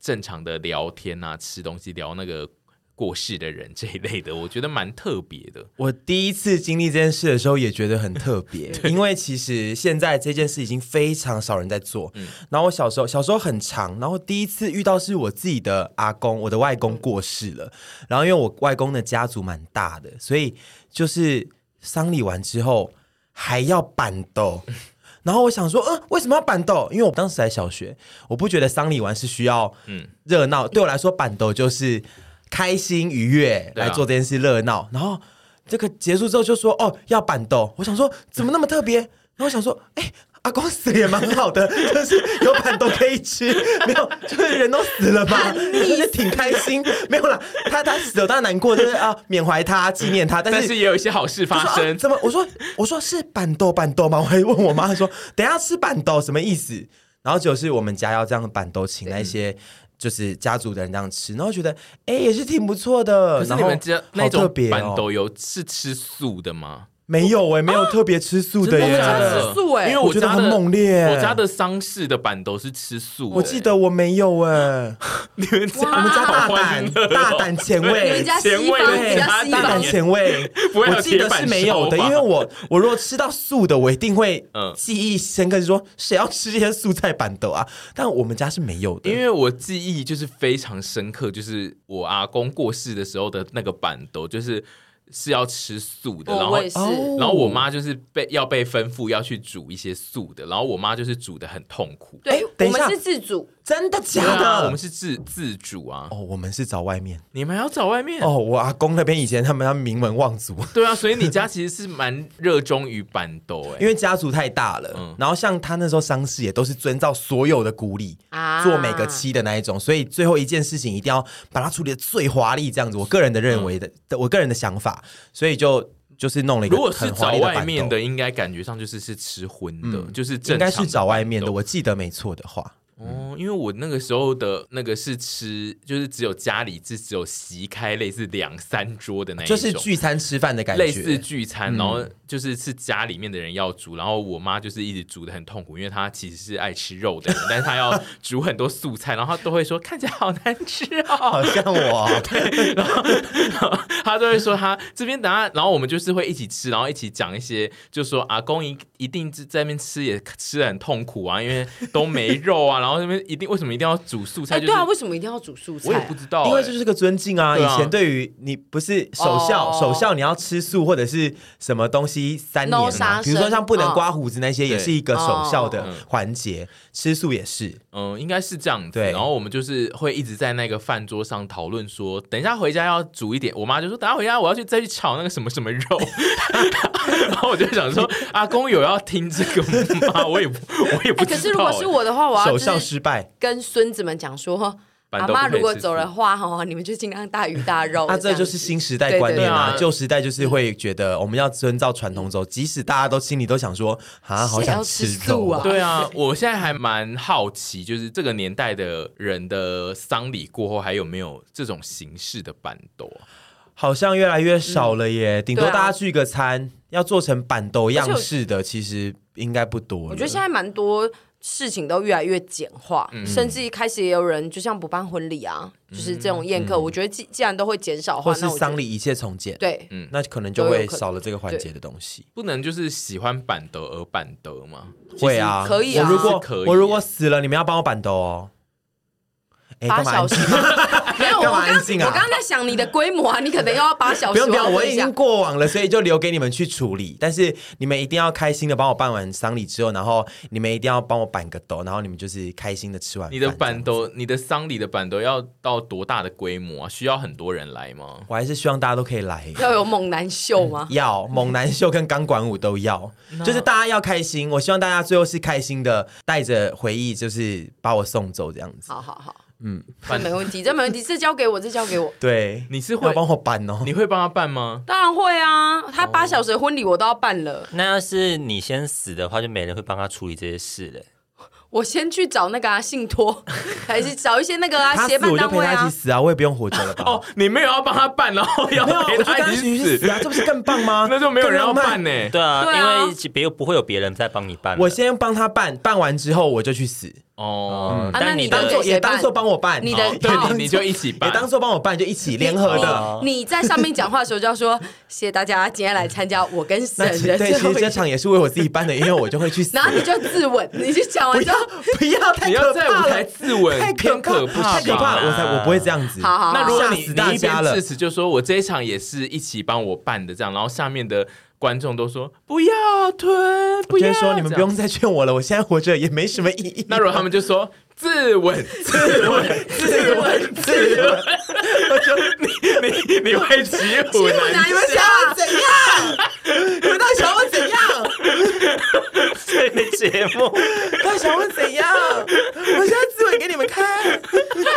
Speaker 3: 正常的聊天啊，吃东西，聊那个过世的人这一类的，我 觉得蛮特别的。
Speaker 1: 我第一次经历这件事的时候也觉得很特 别，因为其实现在这件事已经非常少人在做。
Speaker 3: 嗯
Speaker 1: 然后我小时候小时候很长，然后第一次遇到是我自己的阿公，我的外公过世了。然后因为我外公的家族蛮大的，所以就是丧礼完之后还要板 豆。然后我想说，嗯，为什么要板豆？因为我当时在小学，我不觉得丧礼完是需要
Speaker 3: 嗯
Speaker 1: 热闹。对我来说，板豆就是开心愉悦
Speaker 3: 对啊
Speaker 1: 来做这件事，热闹。然后这个结束之后就说，哦，要板豆。我想说，怎么那么特别？然后我想说，哎。阿公死了也蛮好的， 就是有板豆可以吃，没有就是人都死了吧，就是挺开心。没有啦，他他死了当然难过，就是啊缅怀他，纪念他，但
Speaker 3: 但
Speaker 1: 是
Speaker 3: 是也有一些好事发
Speaker 1: 就说啊
Speaker 3: 生，
Speaker 1: 怎么？我说我说是板豆板豆吗？我还问我 妈说，等一下吃板豆什么意思？然后就是我们家要这样板豆，请那些就是家族的人这样吃，然后觉得哎也是挺不错的。
Speaker 3: 可是
Speaker 1: 然
Speaker 3: 你
Speaker 1: 后
Speaker 3: 们知道那
Speaker 1: 好特
Speaker 3: 种
Speaker 1: 别
Speaker 3: 板
Speaker 1: 哦，
Speaker 3: 豆油是吃素的吗？
Speaker 1: 没有哎，没有特别吃素的
Speaker 3: 真
Speaker 1: 耶
Speaker 3: 的。假
Speaker 2: 我们
Speaker 3: 的
Speaker 2: 家吃素欸
Speaker 3: 因为
Speaker 1: 我觉得
Speaker 3: 家的
Speaker 1: 很猛烈
Speaker 3: 我家的丧事的板豆是吃素的。欸
Speaker 1: 我记得我没有哎，
Speaker 3: 你们家
Speaker 1: 我们家大
Speaker 3: 好怀
Speaker 1: 胆
Speaker 3: 念哦
Speaker 1: 大胆前 卫，
Speaker 2: 你们家西
Speaker 3: 前
Speaker 2: 方，
Speaker 3: 卫的，
Speaker 2: 比较西
Speaker 1: 大
Speaker 2: 方
Speaker 1: 胆，前卫
Speaker 3: 不会有
Speaker 1: 我记得是没有的，
Speaker 3: 铁板烧吧
Speaker 1: 因为我我如果吃到素的，我一定会
Speaker 3: 嗯
Speaker 1: 记忆深刻，就说谁要吃这些素菜板豆啊？但我们家是没有的，
Speaker 3: 因为我记忆就是非常深刻，就是我阿公过世的时候的那个板豆，就是是要吃素的，然
Speaker 2: 我
Speaker 3: 后
Speaker 2: 我也是。
Speaker 1: 哦
Speaker 3: 然后我妈就是被要被吩咐要去煮一些素的，然后我妈就是煮的很痛苦。
Speaker 2: 对
Speaker 1: 哎，等
Speaker 2: 我
Speaker 1: 一下
Speaker 2: 们是自主，
Speaker 1: 真的假
Speaker 3: 对啊
Speaker 1: 的？
Speaker 3: 我们是自自煮啊，
Speaker 1: 哦，我们是找外面
Speaker 3: 你们还要找外面
Speaker 1: 哦，我阿公那边以前他们要名门望族。
Speaker 3: 对啊，所以你家其实是蛮热衷于板豆哎、
Speaker 1: 因为家族太大了，
Speaker 3: 嗯
Speaker 1: 然后像他那时候丧事也都是遵照所有的古礼
Speaker 2: 啊
Speaker 1: 做每个期的那一种，所以最后一件事情一定要把它处理的最华丽，这样子。我个人的认为的，我个人的想法，所以就就是弄了一个
Speaker 3: 如果是
Speaker 1: 很华
Speaker 3: 找
Speaker 1: 丽的
Speaker 3: 外
Speaker 1: 板
Speaker 3: 面
Speaker 1: 凳
Speaker 3: 的，应该感觉上就是是吃荤的，就是正
Speaker 1: 应该
Speaker 3: 常
Speaker 1: 是找外面的，
Speaker 3: 板豆
Speaker 1: 我记得没错的话，
Speaker 3: 哦，因为我那个时候的那个是吃，就是只有家里是只有席开类似两三桌的那一
Speaker 1: 就
Speaker 3: 种，
Speaker 1: 是聚餐吃饭的感觉，嗯
Speaker 3: 类似聚餐，然后就是是家里面的人要煮，然后我妈就是一直煮的很痛苦，因为她其实是爱吃肉的人，但是她要煮很多素菜，然后她都会说看起来好难吃哦，
Speaker 1: 好像 我
Speaker 3: 她都会说她这边等下，然后我们就是会一起吃，然后一起讲一些，就说阿公一一定是在那边吃也吃的很痛苦啊，因为都没肉啊，然后那边一定为什么一定要煮素菜，
Speaker 2: 哎，
Speaker 3: 就是
Speaker 2: 对啊，为什么一定要煮素
Speaker 3: 我也
Speaker 2: 菜
Speaker 3: 不
Speaker 2: 啊？
Speaker 3: 知道、
Speaker 1: 因为
Speaker 3: 欸
Speaker 1: 这就是个尊敬啊。
Speaker 3: 对啊
Speaker 1: 以前对于你不是守孝，
Speaker 2: 哦
Speaker 1: 守孝你要吃素或者是什么东西三年
Speaker 2: No 杀
Speaker 1: 嘛，
Speaker 2: 生
Speaker 1: 比如说像不能
Speaker 2: 哦
Speaker 1: 刮胡子那些，也
Speaker 3: 对
Speaker 1: 是一个守孝的
Speaker 3: 哦
Speaker 1: 环节，吃素也是。
Speaker 3: 嗯，应该是这样子。
Speaker 1: 对
Speaker 3: 然后我们就是会一直在那个饭桌上讨论说，等一下回家要煮一点。我妈就说，等一下回家我要去再去炒那个什么什么肉。然后我就想说，阿公有要听这个吗？我也不我也不
Speaker 2: 哎，
Speaker 3: 知道、
Speaker 2: 可是如果是我的话，我要
Speaker 1: 守
Speaker 2: 就
Speaker 1: 孝
Speaker 2: 是
Speaker 1: 失败，
Speaker 2: 跟孙子们讲说，
Speaker 3: 板
Speaker 2: 阿
Speaker 3: 豆不可以
Speaker 2: 妈如果
Speaker 3: 吃
Speaker 2: 走的话，哈， 你们就尽量大鱼大肉。
Speaker 1: 那啊这
Speaker 2: 样
Speaker 1: 就是
Speaker 2: 子
Speaker 1: 新时代观念
Speaker 3: 对对
Speaker 1: 啊。
Speaker 3: 对
Speaker 1: 旧时代就是会觉得我们要遵照传统走，即使大家都心里都想说啊，好
Speaker 2: 谁
Speaker 1: 想
Speaker 2: 要吃
Speaker 1: 肉
Speaker 2: 素啊
Speaker 3: 对 啊，我现在还蛮好奇，就是这个年代的人的丧礼过后，还有没有这种形式的板豆啊？
Speaker 1: 好像越来越少了耶，顶、多
Speaker 2: 对啊
Speaker 1: 大家聚个餐，要做成板豆样式的，其实应该不多了。
Speaker 2: 我觉得现在蛮多事情都越来越简化，
Speaker 1: 嗯
Speaker 2: 甚至一开始也有人就像不办婚礼啊，就是这种宴客，我觉得既既然都会减少的
Speaker 1: 嗯或
Speaker 2: 话，那
Speaker 1: 是
Speaker 2: 啊我觉得
Speaker 1: 丧礼一嗯切从简，，
Speaker 2: 对。
Speaker 1: 那可能就
Speaker 2: 都有
Speaker 1: 会
Speaker 2: 可能
Speaker 1: 少了这个环节的东西。
Speaker 3: 不能就是喜欢板豆而板豆吗？
Speaker 1: 会啊，
Speaker 2: 可以啊
Speaker 1: 我如果
Speaker 3: 是可以
Speaker 1: 我如果死了，你们要帮我板豆哦。哎、
Speaker 2: 八
Speaker 1: 干嘛
Speaker 2: 小时？吗？ 没有，我
Speaker 1: 干嘛
Speaker 2: 刚
Speaker 1: 安静啊
Speaker 2: 我刚在想你的规模啊，你可能要八小
Speaker 1: 不
Speaker 2: 时。
Speaker 1: 用不用，我
Speaker 2: 问
Speaker 1: 已
Speaker 2: 一下
Speaker 1: 经过往了，所以就留给你们去处理。但是你们一定要开心的帮我办完丧礼之后，然后你们一定要帮我板个豆，然后你们就是开心的吃完饭
Speaker 3: 你的
Speaker 1: 这样
Speaker 3: 板豆，你的丧礼的板豆要到多大的规模啊？需要很多人来吗？
Speaker 1: 我还是希望大家都可以来。
Speaker 2: 要有猛男秀吗？
Speaker 1: 要猛男秀跟钢管舞都 要，就是大家要开心。我希望大家最后是开心的，带着回忆，就是把我送走这样子。
Speaker 2: 好好好，嗯，没问题，这没问题，这交给我，这交给我。
Speaker 1: 对，
Speaker 3: 你是会
Speaker 1: 要帮我搬哦
Speaker 3: 你。会帮他办吗？
Speaker 2: 当然会啊，他八小时的婚礼我都要办了，
Speaker 4: 那要是你先死的话，就没人会帮他处理这些事了。
Speaker 2: 我先去找那个啊 信托，还是找一些那个啊
Speaker 1: 他
Speaker 2: 协
Speaker 1: 死
Speaker 2: 办
Speaker 1: 我就
Speaker 2: 单
Speaker 1: 陪
Speaker 2: 位
Speaker 1: 他一
Speaker 2: 啊
Speaker 1: 起。死啊，我也不用活着了吧？
Speaker 3: 哦，你没有要帮他办，然后要
Speaker 1: 没有啊，我
Speaker 3: 陪
Speaker 1: 就跟
Speaker 3: 他
Speaker 1: 他
Speaker 3: 一
Speaker 1: 一
Speaker 3: 起
Speaker 1: 起去死
Speaker 3: 死，
Speaker 1: 啊，这不是更棒吗？
Speaker 3: 那就没有人要
Speaker 1: 更浪漫
Speaker 3: 办呢、。
Speaker 4: 对啊，
Speaker 2: 对啊
Speaker 4: 因为其别又不会有别人再帮你办了。
Speaker 1: 我先帮他办，办完之后我就去死，
Speaker 3: 哦，
Speaker 2: 啊，那
Speaker 4: 但
Speaker 2: 你
Speaker 4: 你的
Speaker 2: 当
Speaker 4: 对
Speaker 2: 做
Speaker 1: 也当做帮我办，
Speaker 2: 你的
Speaker 1: 好
Speaker 2: 嗯
Speaker 1: 也当
Speaker 3: 对
Speaker 1: 作
Speaker 3: 你你就一起办
Speaker 1: 也，当做帮我办，就一起联合的。
Speaker 4: 哦
Speaker 2: 你你在上面讲话的时候就要说谢谢大家今天来参加我跟神
Speaker 1: 那其
Speaker 2: 人
Speaker 1: 对，
Speaker 2: 最
Speaker 1: 其
Speaker 2: 后
Speaker 1: 实
Speaker 2: 一
Speaker 1: 这
Speaker 2: 场，
Speaker 1: 场也是为我自己办的，因为我就会去死。
Speaker 2: 然后你就自 刎，你就讲完
Speaker 1: 不
Speaker 2: 之
Speaker 1: 要
Speaker 2: 后，
Speaker 1: 不要太
Speaker 3: 你要
Speaker 1: 可
Speaker 3: 在舞
Speaker 1: 怕
Speaker 3: 台
Speaker 1: 了，
Speaker 3: 自刎，
Speaker 1: 太
Speaker 3: 偏
Speaker 1: 怕，
Speaker 3: 可怕，
Speaker 1: 太可啊怕了！我才我不会这样子。
Speaker 2: 好好好
Speaker 3: 那如果你
Speaker 1: 哦吓死
Speaker 3: 你
Speaker 1: 大
Speaker 3: 一
Speaker 1: 家
Speaker 3: 边
Speaker 1: 了
Speaker 3: 致辞就说我这一场也是一起帮我办的这样，然后下面的观众都说不要吞，不
Speaker 1: 我
Speaker 3: 要
Speaker 1: 就说你们
Speaker 3: 这
Speaker 1: 不
Speaker 3: 样
Speaker 1: 用再劝我了，我现在活着也没什么意义。
Speaker 3: 那如果他们就说自刎，自刎，自刎，自刎，我就你你你会骑虎难
Speaker 2: 你们啊
Speaker 1: 想我怎样？你们到底想我怎样？
Speaker 4: 这个节目，
Speaker 1: 到底想我怎样？我现在自刎给你们看，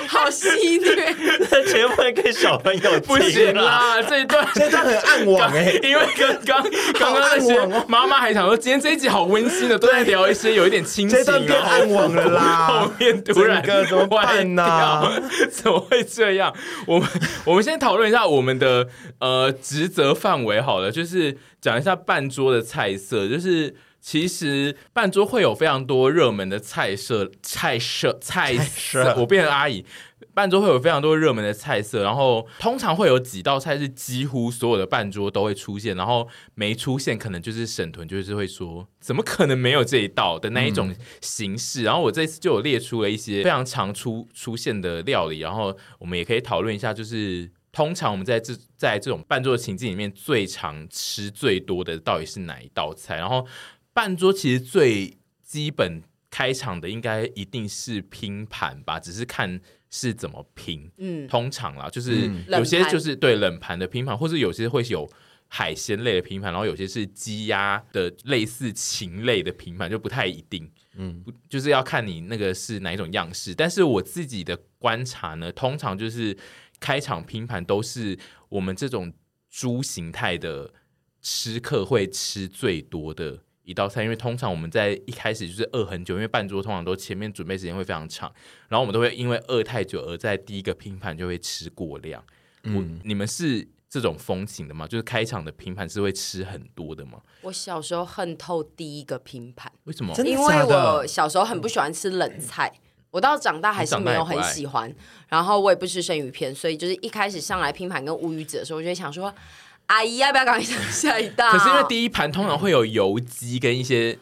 Speaker 2: 好好戏虐。
Speaker 4: 绝对不能给小朋友
Speaker 3: 不行
Speaker 4: 听啊啦。
Speaker 3: 啦，这一段
Speaker 1: 这段很暗网哎、
Speaker 3: 因为刚刚刚刚那些
Speaker 1: 好暗网哦
Speaker 3: 妈妈还想说，今天这一集好温馨的，都在聊一些有一点啊亲情，
Speaker 1: 这段变
Speaker 3: 然后
Speaker 1: 暗网了啦
Speaker 3: 后面突然
Speaker 1: 啊整个怎么办呢
Speaker 3: 歪掉怎么会这样？我们我们先讨论一下我们的呃职责范围好了，就是讲一下半桌的菜色，就是。其实半桌会有非常多热门的菜色、菜色、菜色，我变成阿姨。半桌会有非常多热门的菜色，然后通常会有几道菜是几乎所有的半桌都会出现，然后没出现可能就是沈屯就是会说怎么可能没有这一道的那一种形式。然后我这次就有列出了一些非常常出出现的料理，然后我们也可以讨论一下，就是通常我们在这在这种半桌的情境里面最常吃最多的到底是哪一道菜？然后半桌其实最基本开场的应该一定是拼盘吧，只是看是怎么拼。
Speaker 2: 嗯，
Speaker 3: 通常啦，就是
Speaker 1: 嗯
Speaker 3: 有些
Speaker 2: 冷盘
Speaker 3: 就是对冷盘的拼盘，或是有些会有海鲜类的拼盘，然后有些是鸡鸭的类似禽类的拼盘，就不太一定。嗯，就是要看你那个是哪一种样式。但是我自己的观察呢，通常就是开场拼盘都是我们这种猪形态的吃客会吃最多的一道菜，因为通常我们在一开始就是饿很久，因为半桌通常都前面准备时间会非常长，然后我们都会因为饿太久而在第一个拼盘就会吃过量。嗯，你们是这种风情的吗？就是开场的拼盘是会吃很多的吗？
Speaker 2: 我小时候恨透第一个拼盘，
Speaker 3: 为什么？
Speaker 1: 真的
Speaker 2: 因
Speaker 1: 假
Speaker 2: 为
Speaker 1: 的嗯
Speaker 2: 我小时候很不喜欢吃冷菜，我到长大还是没有很喜欢。然后我也不吃生鱼片，所以就是一开始上来拼盘跟乌鱼子的时候，我就会想说，阿姨要不要赶快上下一道？
Speaker 3: 可是因为第一盘通常会有油鸡跟一些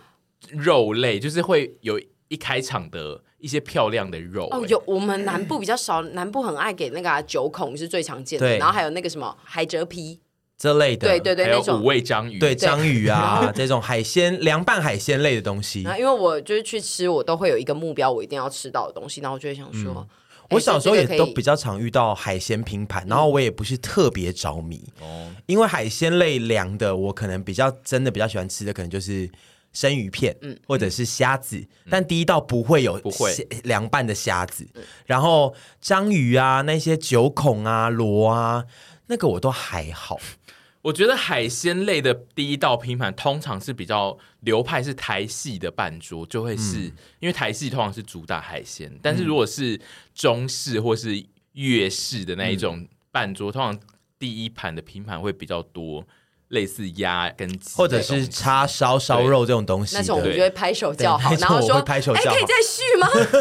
Speaker 3: 肉类，就是会有一开场的一些漂亮的肉、
Speaker 2: 哦，
Speaker 3: 欸
Speaker 2: 有我们南部比较少，南部很爱给那个、啊、九孔是最常见的，
Speaker 1: 对
Speaker 2: 然后还有那个什么海蜇皮，
Speaker 1: 这类的，
Speaker 2: 对对对，
Speaker 3: 还
Speaker 2: 那
Speaker 3: 有
Speaker 2: 种
Speaker 3: 五味章鱼，
Speaker 1: 对，章鱼啊这种海鲜凉拌海鲜类的东西
Speaker 2: 然。后因为我就是去吃，我都会有一个目标，我一定要吃到的东西，然后我就会想说，哎
Speaker 1: 嗯我小时候也都比
Speaker 2: 这个可以
Speaker 1: 较常遇到海鲜拼盘，然后我也不是特别着迷，
Speaker 3: 哦，
Speaker 1: 因为海鲜类凉的，我可能比较真的比较喜欢吃的，可能就是生鱼片，或者是虾子。但第一道不会有
Speaker 3: 嗯不会嗯
Speaker 1: 虾凉拌的虾子，然后章鱼啊，那些九孔啊、螺啊，那个我都还 好。
Speaker 3: 我觉得海鲜类的第一道拼盘通常是比较流派是台系的半桌，就会是、
Speaker 1: 嗯
Speaker 3: 因为台系通常是主打海鲜，但是如果是中式或是粤式的那一种
Speaker 1: 嗯
Speaker 3: 半桌，通常第一盘的拼盘会比较多，类似鸭跟鸡，
Speaker 1: 或者是叉烧烧肉这种东西的，
Speaker 2: 那种我们
Speaker 3: 对
Speaker 2: 就会拍手叫好，
Speaker 1: 对
Speaker 2: 然后
Speaker 1: 那种我
Speaker 2: 说
Speaker 1: 会拍手
Speaker 2: 哎
Speaker 1: 叫好
Speaker 2: 可以再 续吗？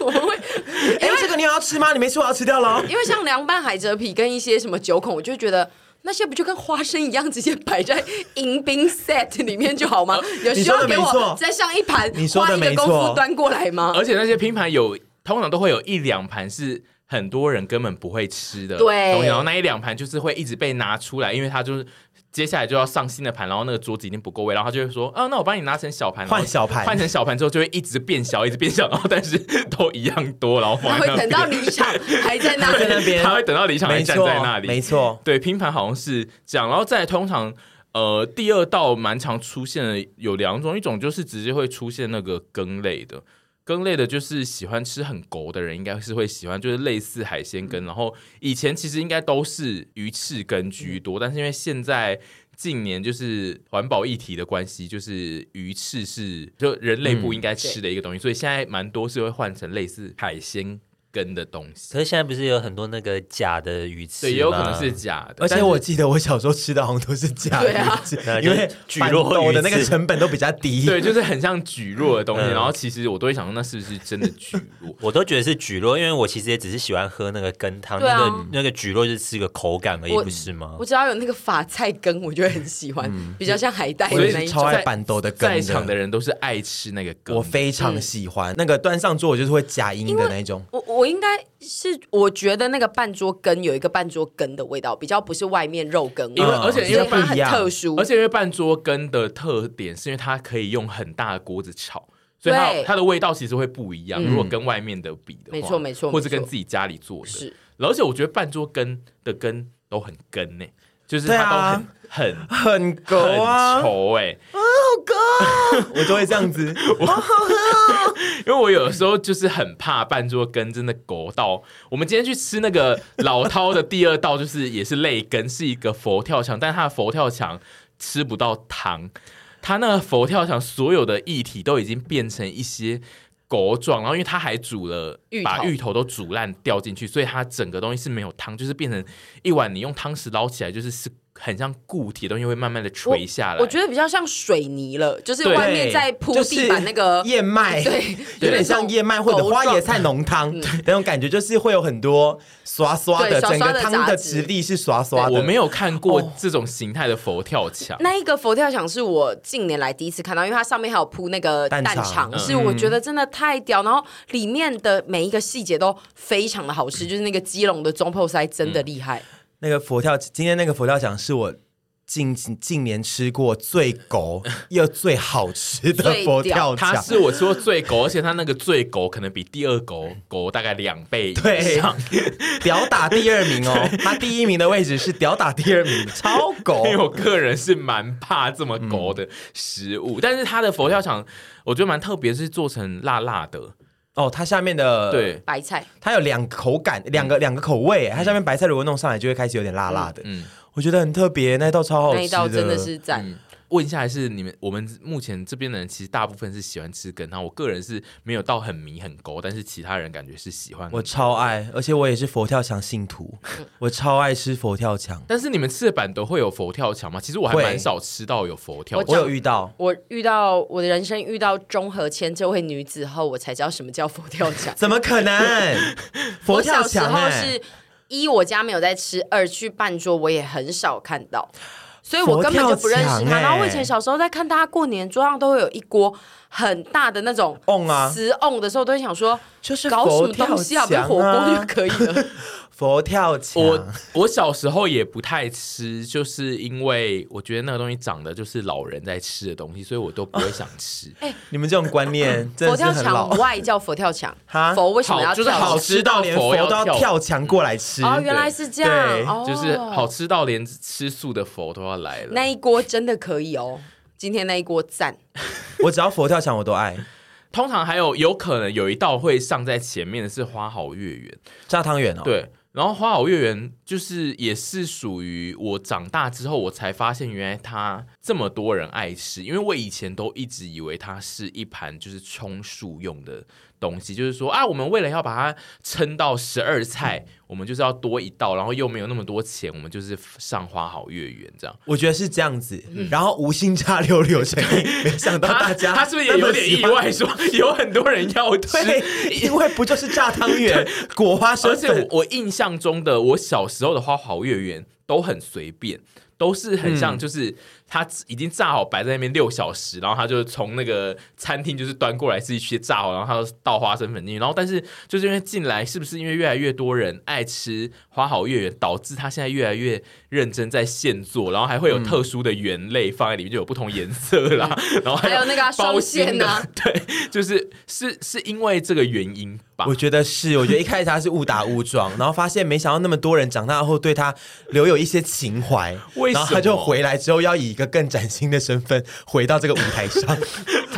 Speaker 2: 我们会，
Speaker 1: 哎、这个你有要吃吗？你没吃，我要吃掉 了。哦
Speaker 2: 因为像凉拌海蜇皮跟一些什么九孔，我就觉得。那些不就跟花生一样，直接摆在迎宾 set 里面 就好吗？有需
Speaker 1: 呃你
Speaker 2: 要
Speaker 1: 说的
Speaker 2: 给
Speaker 1: 没
Speaker 2: 我
Speaker 1: 错
Speaker 2: 再上一盘，
Speaker 1: 你说的
Speaker 2: 花一个
Speaker 1: 没
Speaker 2: 功
Speaker 1: 错
Speaker 2: 夫端过来吗？
Speaker 3: 而且那些拼盘有通常都会有一两盘是很多人根本不会吃的，
Speaker 2: 对
Speaker 3: 东西然后那一两盘就是会一直被拿出来，因为它就是。接下来就要上新的盘，然后那个桌子已经不够位，然后他就会说：“啊，那我帮你拿成小盘，
Speaker 1: 换
Speaker 3: 然后
Speaker 1: 小盘
Speaker 3: 换成小盘之后就会一直变小，一直变小，然后但是 都一样多，然后
Speaker 1: 呃
Speaker 2: 然
Speaker 3: 放
Speaker 2: 后
Speaker 3: 在那
Speaker 2: 等到
Speaker 3: 边
Speaker 2: 离场还在那
Speaker 1: 在那
Speaker 2: 里，
Speaker 1: 边
Speaker 3: 他会等到离场才
Speaker 1: 没
Speaker 3: 站
Speaker 1: 错
Speaker 3: 在那，里，
Speaker 1: 没错。
Speaker 3: 对，拼盘好像是这样，然后再来通常呃第二道蛮常出现的有两种，一种就是直接会出现那个羹类的。羹类的，就是喜欢吃很狗的人，应该是会喜欢，就是类似海鲜羹。然后以前其实应该都是鱼翅羹居多，但是因为现在近年就是环保议题的关系，就是鱼翅是就人类不应该吃的一个东西，所以现在蛮多是会换成类似海鲜羹的东西。
Speaker 4: 可是现在不是有很多那个假的鱼翅吗？
Speaker 3: 对，也有可能是假的，
Speaker 1: 而且
Speaker 3: 但是
Speaker 1: 我记得我小时候吃的好像都是假
Speaker 2: 对啊
Speaker 1: 的鱼翅，因为
Speaker 4: 举弱
Speaker 1: 板豆的
Speaker 4: 鱼
Speaker 1: 那
Speaker 4: 翅
Speaker 1: 个成本都比较低。
Speaker 3: 对，就是很像 蒟蒻的东西。
Speaker 4: 嗯？
Speaker 3: 然后其实我都会想说，那是不是真的蒟蒻
Speaker 4: 我都觉得是蒟蒻，因为我其实也只是喜欢喝那个羹汤，
Speaker 2: 对啊
Speaker 4: 那个那个蒟蒻就是吃个口感而已，
Speaker 2: 我
Speaker 4: 不是吗
Speaker 2: 我？只要有那个法菜羹，我就会很喜欢，比较像海带
Speaker 1: 我
Speaker 2: 的
Speaker 1: 也
Speaker 2: 那一
Speaker 1: 嗯是
Speaker 2: 种
Speaker 1: 超。爱板豆的羹
Speaker 3: 在场的人都是爱吃那个羹，
Speaker 1: 我非常喜欢、那个端上桌，我就是会假音的那种。
Speaker 2: 我我应该是我觉得那个半桌羹有一个半桌羹的味道，比较不是外面肉羹味，
Speaker 3: 因为
Speaker 1: 嗯
Speaker 3: 而且因为
Speaker 2: 所以它
Speaker 1: 不
Speaker 2: 很
Speaker 1: 一样
Speaker 2: 特殊，
Speaker 3: 而且因为半桌羹的特点是因为它可以用很大的锅子炒。所以它
Speaker 2: 对
Speaker 3: 它的味道其实会不一样，
Speaker 2: 嗯
Speaker 3: 如果跟外面的比的话，
Speaker 2: 没错没错
Speaker 3: 或者
Speaker 2: 没错
Speaker 3: 跟自己家里做的。
Speaker 2: 是
Speaker 3: 而且我觉得半桌羹的羹都很羹呢、就是
Speaker 1: 对
Speaker 3: 它
Speaker 1: 啊
Speaker 3: 都很、
Speaker 1: 很狗
Speaker 3: 很
Speaker 1: 啊
Speaker 3: 很，稠哎、
Speaker 1: 我都会这样子。好好喝
Speaker 3: 因为我有时候就是很怕半桌羹真的狗到。我们今天去吃那个老饕的第二道，就是也是泪羹，是一个佛跳墙，但是它的佛跳墙吃不到糖，它那个佛跳墙所有的液体都已经变成一些。狗状，然后因为它还煮了，
Speaker 2: 芋头
Speaker 3: 把芋头都煮烂掉进去，所以它整个东西是没有汤，就是变成一碗你用汤匙捞起来，就是是很像固体的东西会慢慢的垂下来
Speaker 2: 我觉得比较像水泥了，就是
Speaker 3: 对
Speaker 2: 外面在铺地板那个
Speaker 1: 就是燕麦，
Speaker 2: 对
Speaker 1: 有点像燕麦或者花椰菜浓汤那种感觉，就是会有很多刷刷的，
Speaker 2: 对刷
Speaker 1: 整
Speaker 2: 刷的
Speaker 1: 个汤的
Speaker 2: 杂
Speaker 1: 质
Speaker 2: 质
Speaker 1: 地是刷刷的。
Speaker 3: 我没有看
Speaker 2: 哦
Speaker 3: 过这种形态的佛跳 墙。
Speaker 2: 那一个佛跳墙是我近年来第一次看到，因为它上面还有铺那个
Speaker 1: 蛋
Speaker 2: 蛋
Speaker 1: 肠
Speaker 2: 肠，
Speaker 1: 嗯
Speaker 2: 是我觉得真的太屌，然后里面的每一个细节都非常的好
Speaker 1: 嗯
Speaker 2: 吃，就是那个基隆的中破塞真的厉害，
Speaker 1: 那个佛跳，今天那个佛跳墙是我近近年吃过最 狗又最好吃的
Speaker 2: 最
Speaker 1: 佛 跳
Speaker 2: 屌
Speaker 3: 它
Speaker 1: 墙。
Speaker 3: 是我吃过最狗，而且它那个最狗可能比第二狗狗大概两倍 以
Speaker 1: 对
Speaker 3: 上。，
Speaker 1: 屌打第二名哦，他第一名的位置是屌打第二名，超狗
Speaker 3: 因。为我个人是蛮怕这么狗
Speaker 1: 嗯
Speaker 3: 的食物，但是它的佛跳墙我觉得蛮特别，是做成辣辣的。
Speaker 1: 哦，它下面的，
Speaker 3: 对，
Speaker 2: 白菜
Speaker 1: 它有两个口感，两个两个口味。它下面白菜如果弄上来，就会开始有点辣辣的。
Speaker 3: 嗯，
Speaker 1: 我觉得很特别，那一道超好吃嗯
Speaker 2: 那一道真的是赞。
Speaker 3: 问一下，还是你们我们目前这边的人其实大部分是喜欢吃羹汤，我个人是没有到很迷很狗，但是其他人感觉是喜欢。
Speaker 1: 我超爱，而且我也是佛跳墙信徒，我超爱吃佛跳墙。
Speaker 3: 但是你们吃的板都会有佛跳墙吗？其实我还
Speaker 1: 会
Speaker 3: 蛮少吃到有佛跳
Speaker 2: 我
Speaker 3: 墙。
Speaker 1: 我有遇到，
Speaker 2: 我遇到我的人生遇到中和千这位女子后，我才知道什么叫佛跳墙。
Speaker 1: 怎么可能？佛
Speaker 2: 我
Speaker 1: 跳
Speaker 2: 小时
Speaker 1: 墙、
Speaker 2: 候
Speaker 1: 欸、
Speaker 2: 是一我家没有在吃，二去半桌我也很少看到，所以我根本就不认
Speaker 1: 佛跳
Speaker 2: 识他。
Speaker 1: 墙
Speaker 2: 然后我
Speaker 1: 欸
Speaker 2: 以前小时候在看大家过年桌上都会有一锅很大的那种
Speaker 1: 瓮啊
Speaker 2: 瓷瓮的时候，都会想说
Speaker 1: 就是
Speaker 2: 搞什
Speaker 1: 佛
Speaker 2: 么
Speaker 1: 跳
Speaker 2: 东西啊，不是
Speaker 1: 墙
Speaker 2: 火锅就
Speaker 1: 啊，
Speaker 2: 可以了。
Speaker 1: 佛跳墙。
Speaker 3: 我
Speaker 2: 啊
Speaker 3: 我小时候也不太吃，就是因为我觉得那个东西长得就是老人在吃的东西，所以我都不会想吃。
Speaker 1: 你们这种观念真 的
Speaker 2: 佛
Speaker 1: 是
Speaker 2: 跳
Speaker 1: 很
Speaker 2: 墙
Speaker 1: 老。
Speaker 2: 外叫佛跳墙
Speaker 1: 哈，
Speaker 2: 佛为什么
Speaker 3: 好
Speaker 2: 要
Speaker 3: 就是
Speaker 2: 跳
Speaker 3: 好
Speaker 2: 墙
Speaker 3: 吃到
Speaker 1: 连
Speaker 3: 佛
Speaker 1: 佛
Speaker 3: 要
Speaker 1: 都要
Speaker 3: 跳
Speaker 1: 跳墙过来吃，
Speaker 2: 哦，原来是这样
Speaker 1: 对，
Speaker 2: 哦
Speaker 3: 就是好吃到连吃素的佛都要来了。
Speaker 2: 那一锅真的可以哦。今天那一锅赞，
Speaker 1: 我只要佛跳墙我都爱，
Speaker 3: 通常还有有可能有一道会上在前面的是花好月圆，
Speaker 1: 炸汤圆哦。，
Speaker 3: 对。然后花好月圆就是也是属于我长大之后我才发现，原来它这么多人爱吃，因为我以前都一直以为它是一盘就是充数用的东西，就是说啊，我们为了要把它撑到十二
Speaker 1: 嗯
Speaker 3: 菜，我们就是要多一道，然后又没有那么多钱，我们就是上花好月圆这样。
Speaker 1: 我觉得是这样子。然后无心插柳柳成荫，没想到大
Speaker 3: 他
Speaker 1: 家
Speaker 3: 他是不是也有点意
Speaker 1: 那么喜欢
Speaker 3: 外，说有很多人要吃？
Speaker 1: 对，因为不就是炸汤 圆、裹花
Speaker 3: 而
Speaker 1: 生
Speaker 3: 且
Speaker 1: 粉？
Speaker 3: 我我印象中的我小时候的花好月圆都很随便，都是很
Speaker 1: 嗯
Speaker 3: 像就是它已经炸好摆在那边六小时，然后呃他就从那个餐厅就是端过来自己去炸好，然后他就倒花生粉进去，然后但是就是因为进来是不是因为越来越多人爱吃花好月圆，导致他现在越来越认真在现做，然后还会有特殊的圆类放在里面，就有不同颜色啦，
Speaker 1: 嗯
Speaker 3: 然后
Speaker 2: 还有那个啊
Speaker 3: 包
Speaker 2: 双
Speaker 3: 心
Speaker 2: 线
Speaker 3: 的
Speaker 2: 啊，
Speaker 3: 对，就是是是因为这个原因吧，
Speaker 1: 我觉得是，我觉得一开始他是误打误撞，然后发现没想到那么多人长大后对他留有一些情怀，
Speaker 3: 为什么
Speaker 1: 然后他就回来之后要以一个更崭新的身份回到这个舞台 上。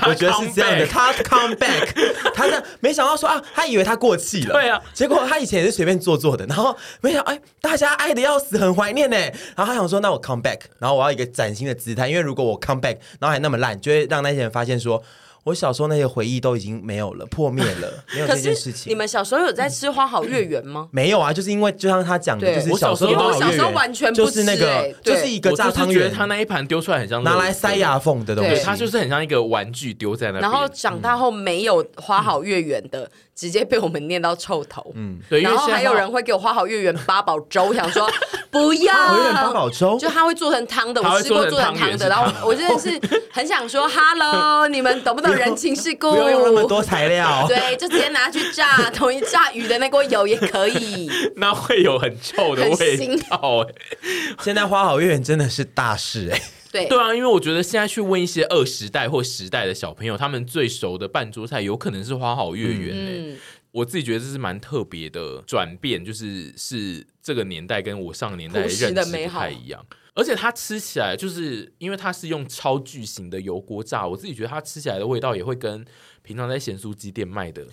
Speaker 1: 我觉得是这样的，他 come back，他这没想到说啊，他以为他过气了，
Speaker 3: 对啊，
Speaker 1: 结果他以前也是随便做做的，然后没想到哎，大家爱的要死，很怀念呢。然后他想说，那我 come back，然后我要一个崭新的姿态，因为如果我 come back，然后还那么烂，就会让那些人发现说。我小时候那些回忆都已经没有了，破灭 了，没有
Speaker 2: 可
Speaker 1: 这件事
Speaker 2: 是
Speaker 1: 情。
Speaker 2: 你们小时候有在吃花好月圆吗？
Speaker 1: 没有啊，就是因为就像他讲的，
Speaker 2: 对
Speaker 1: 就是
Speaker 3: 我小
Speaker 1: 时候
Speaker 3: 时候
Speaker 1: 的
Speaker 3: 因为我
Speaker 1: 老
Speaker 3: 小
Speaker 1: 月
Speaker 3: 时候
Speaker 1: 圆
Speaker 2: 完全不
Speaker 1: 就是那
Speaker 2: 吃
Speaker 1: 个
Speaker 2: 欸，
Speaker 1: 就
Speaker 2: 对
Speaker 1: 是一个炸汤
Speaker 3: 我就是觉得
Speaker 1: 圆，
Speaker 3: 他那一盘丢出来很像
Speaker 1: 拿
Speaker 3: 乐
Speaker 1: 来
Speaker 3: 色
Speaker 1: 塞，牙缝的东
Speaker 3: 对，
Speaker 1: 西，
Speaker 2: 对
Speaker 3: 它就是很像一个玩具丢在那边。
Speaker 2: 然后长大后没有花好月圆的，直接被我们念到臭头。嗯，
Speaker 3: 对，因为
Speaker 2: 然后
Speaker 3: 现在
Speaker 2: 还有人会给我花好月圆八宝粥，想说不要
Speaker 1: 花好月圆八宝粥
Speaker 2: 就他会做成汤的，
Speaker 3: 他
Speaker 2: 我
Speaker 3: 会
Speaker 2: 吃过
Speaker 3: 做
Speaker 2: 做
Speaker 3: 成
Speaker 2: 成
Speaker 3: 汤
Speaker 2: 汤
Speaker 3: 圆是
Speaker 2: 的，然后
Speaker 3: 汤
Speaker 2: 我我真的是很想说，Hello，你们懂不懂人情世故？
Speaker 1: 不用用那么多材 料。
Speaker 2: 对，就直接拿去炸，统一炸鱼的那锅油也可以。
Speaker 3: 那会有很臭的
Speaker 2: 很
Speaker 3: 味
Speaker 2: 腥
Speaker 3: 道、哎
Speaker 1: 现在花好月圆真的是大事哎、
Speaker 2: 对，
Speaker 3: 对啊，因为我觉得现在去问一些二十代或十代的小朋友，他们最熟的半桌菜有可能是花好月圆、哎
Speaker 2: 嗯，
Speaker 3: 我自己觉得这是蛮特别的转变，就是是这个年代跟我上个年代
Speaker 2: 朴
Speaker 3: 认
Speaker 2: 实
Speaker 3: 知
Speaker 2: 的美
Speaker 3: 不
Speaker 2: 好
Speaker 3: 太一样。而且它吃起来就是因为它是用超巨型的油锅炸，我自己觉得它吃起来的味道也会跟平常在咸酥鸡店卖的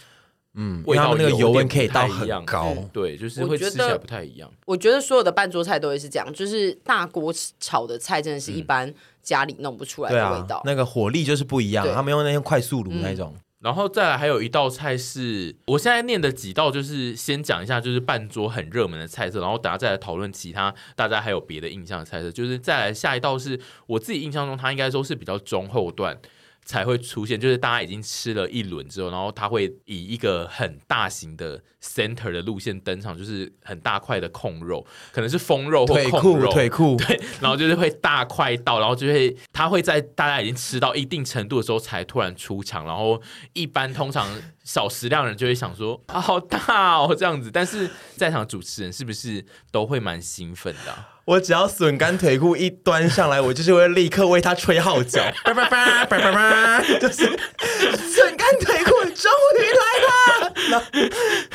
Speaker 1: 嗯，
Speaker 3: 味
Speaker 1: 因为他
Speaker 3: 道
Speaker 1: 们那个油温
Speaker 3: 温
Speaker 1: 可以到
Speaker 3: 一样
Speaker 1: 很高，
Speaker 3: 对，就是
Speaker 2: 我
Speaker 3: 会
Speaker 2: 觉
Speaker 3: 吃起来
Speaker 2: 得
Speaker 3: 不太一样。
Speaker 2: 我觉得所有的半桌菜都会是这样，就是大锅炒的菜真的是一般家里弄不出来
Speaker 1: 对
Speaker 2: 的
Speaker 1: 啊
Speaker 2: 味道。，
Speaker 1: 那个火力就是不一样
Speaker 2: 对。
Speaker 1: 他们用那些快速炉那种，
Speaker 3: 然后再来还有一道菜是我现在念的几道，就是先讲一下，就是半桌很热门的菜色，然后等下再来讨论其他大家还有别的印象的菜色。就是再来下一道是我自己印象中，它应该都是比较中后段才会出现，就是大家已经吃了一轮之后，然后它会以一个很大型的 center 的路线登场，就是很大块的控肉，可能是风肉或
Speaker 1: 腿
Speaker 3: 控
Speaker 1: 裤
Speaker 3: 肉，
Speaker 1: 腿裤，
Speaker 3: 对， 然后就是会大快到，然后就会他会在大家已经吃到一定程度的时候才突然出场，然后一般通常小食量人就会想说啊好大哦这样子，但是在场主持人是不是都会蛮兴奋的啊、
Speaker 1: 我只要笋干腿裤一端上来，我就是会立刻为他吹号角，叭叭叭叭叭叭，就是笋干腿裤终于来啦！然后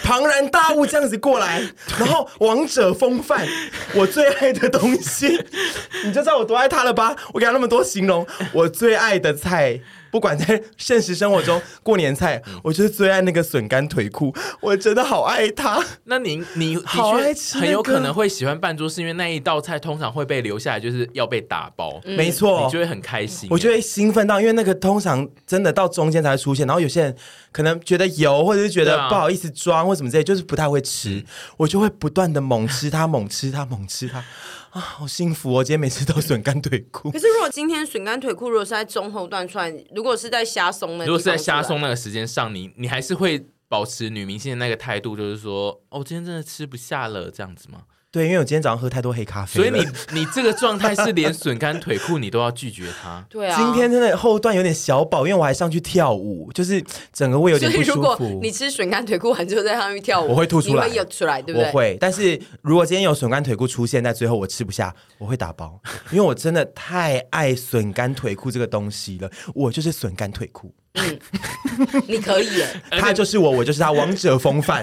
Speaker 1: 庞然大物这样子过来，然后王者风范，我最爱的东西，你就知道我多爱他了吧？我给他那么多形容，我最爱的菜。不管在现实生活中，过年菜，我就是最爱那个笋干腿裤，我真的好爱它。
Speaker 3: 那您你的
Speaker 1: 好爱吃那个
Speaker 3: 确很有可能会喜欢半桌，是因为那一道菜通常会被留下来，就是要被打包，
Speaker 1: 没错，
Speaker 3: 你就会很开
Speaker 1: 嗯
Speaker 3: 心。
Speaker 1: 我就会兴奋到，因为那个通常真的到中间才会出现，然后有些人可能觉得油，或者是觉
Speaker 3: 对
Speaker 1: 得
Speaker 3: 啊
Speaker 1: 不好意思装，或什么之类，就是不太会吃，
Speaker 2: 嗯
Speaker 1: 我就会不断的猛吃它，猛吃它，猛吃它，啊，好幸福哦！今天每次都笋干腿 裤
Speaker 2: 可，是如果今天笋干腿裤如果是在中后段出来，如果是在虾松的，，
Speaker 3: 如果是在虾松，那个时间上，你你还是会保持女明星的那个态度，就是说哦，今天真的吃不下了这样子吗？
Speaker 1: 对，因为我今天早上喝太多黑咖啡
Speaker 3: 所
Speaker 1: 了，啊
Speaker 3: 以你你这个状态是连笋干腿裤你都要拒绝他
Speaker 2: 对啊，
Speaker 1: 今天真的后段有点小饱，因为我还上去跳舞，就是整个胃有
Speaker 2: 所
Speaker 1: 点
Speaker 2: 以
Speaker 1: 不
Speaker 2: 如
Speaker 1: 舒
Speaker 2: 果
Speaker 1: 服
Speaker 2: 你。吃笋干腿裤完之后在上面跳舞，
Speaker 1: 我会吐出来
Speaker 2: 你会涌出来，对不
Speaker 1: 我
Speaker 2: 对？
Speaker 1: 会，但是如果今天有笋干腿裤出现在最后，我吃不下，我会打包，因为我真的太爱笋干腿裤这个东西了。我就是笋干腿裤，
Speaker 2: 你可以 耶，
Speaker 1: 他就是我，我就是他，王者风范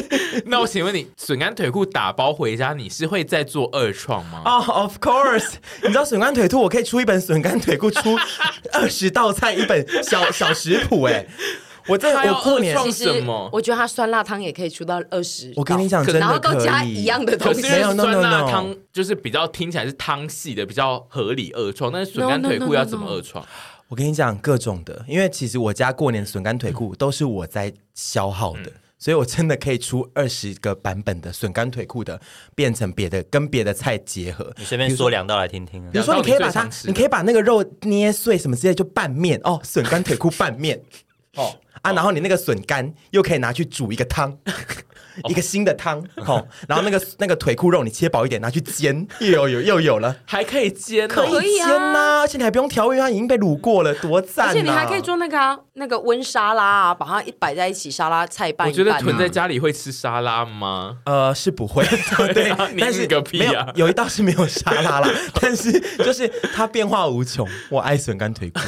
Speaker 3: 那我请问你，笋干腿裤打包回家，你是会再做二创吗？
Speaker 1: 哦、o f course，你知 道笋干腿裤，我可以出一本笋干腿裤，出二十道菜，一本小小食谱，哎，我在
Speaker 3: 他要
Speaker 1: 我过年
Speaker 3: 二。创
Speaker 2: 其
Speaker 3: 什
Speaker 2: 实
Speaker 3: 么
Speaker 2: 我觉得它酸辣汤也可以出到二十，
Speaker 1: 我跟你讲，真的
Speaker 2: 然后都
Speaker 1: 可
Speaker 2: 加
Speaker 1: 以
Speaker 2: 一样的东
Speaker 3: 可
Speaker 2: 西
Speaker 3: 是因
Speaker 1: 没
Speaker 3: 为
Speaker 1: 有
Speaker 3: 酸
Speaker 1: ，no，no，
Speaker 3: 辣
Speaker 1: no
Speaker 3: 汤就是比较听起来是汤系的，比较合理二创，但是笋干腿
Speaker 2: No, no,
Speaker 3: 裤
Speaker 2: no,
Speaker 3: 要
Speaker 2: no,
Speaker 3: 怎么
Speaker 2: no
Speaker 3: 二创？
Speaker 1: 我跟你讲各种的，因为其实我家过年笋干腿裤都是我在消耗的，所以我真的可以出二十个版本的笋干腿裤的，变成别的跟别的菜结合。
Speaker 4: 你随便说两道来听听啊
Speaker 1: 比如。说，你可以把
Speaker 3: 两道
Speaker 1: 它
Speaker 3: 你最常，吃的
Speaker 1: 你可以把那个肉捏碎什么之类，就拌面哦，笋干腿裤拌面 哦啊，然后你那个笋干又可以拿去煮一个汤，一个新的 汤哦，然后那个那个腿裤肉你切薄一点拿去煎，又 有有又有了。
Speaker 3: 还可以煎、哦，
Speaker 1: 可
Speaker 2: 可
Speaker 1: 以
Speaker 2: 以
Speaker 1: 煎
Speaker 2: 啊
Speaker 1: 呐、而且你还不用调味，因为它已经被卤过了，多赞、啊！
Speaker 2: 而且你还可以做那个啊，那个温沙拉啊，把它一摆在一起，沙拉菜拌
Speaker 3: 我
Speaker 2: 一
Speaker 3: 觉
Speaker 2: 拌、
Speaker 3: 得
Speaker 2: 啊。
Speaker 1: 嗯
Speaker 3: 囤在家里会吃沙拉吗？
Speaker 1: 呃，是不会，对
Speaker 3: 啊，你
Speaker 1: 但
Speaker 3: 硬
Speaker 1: 是
Speaker 3: 个屁
Speaker 1: 没有
Speaker 3: 啊
Speaker 1: 有一道是没有沙拉 啦，但是就是它变化无穷。我爱笋干腿裤，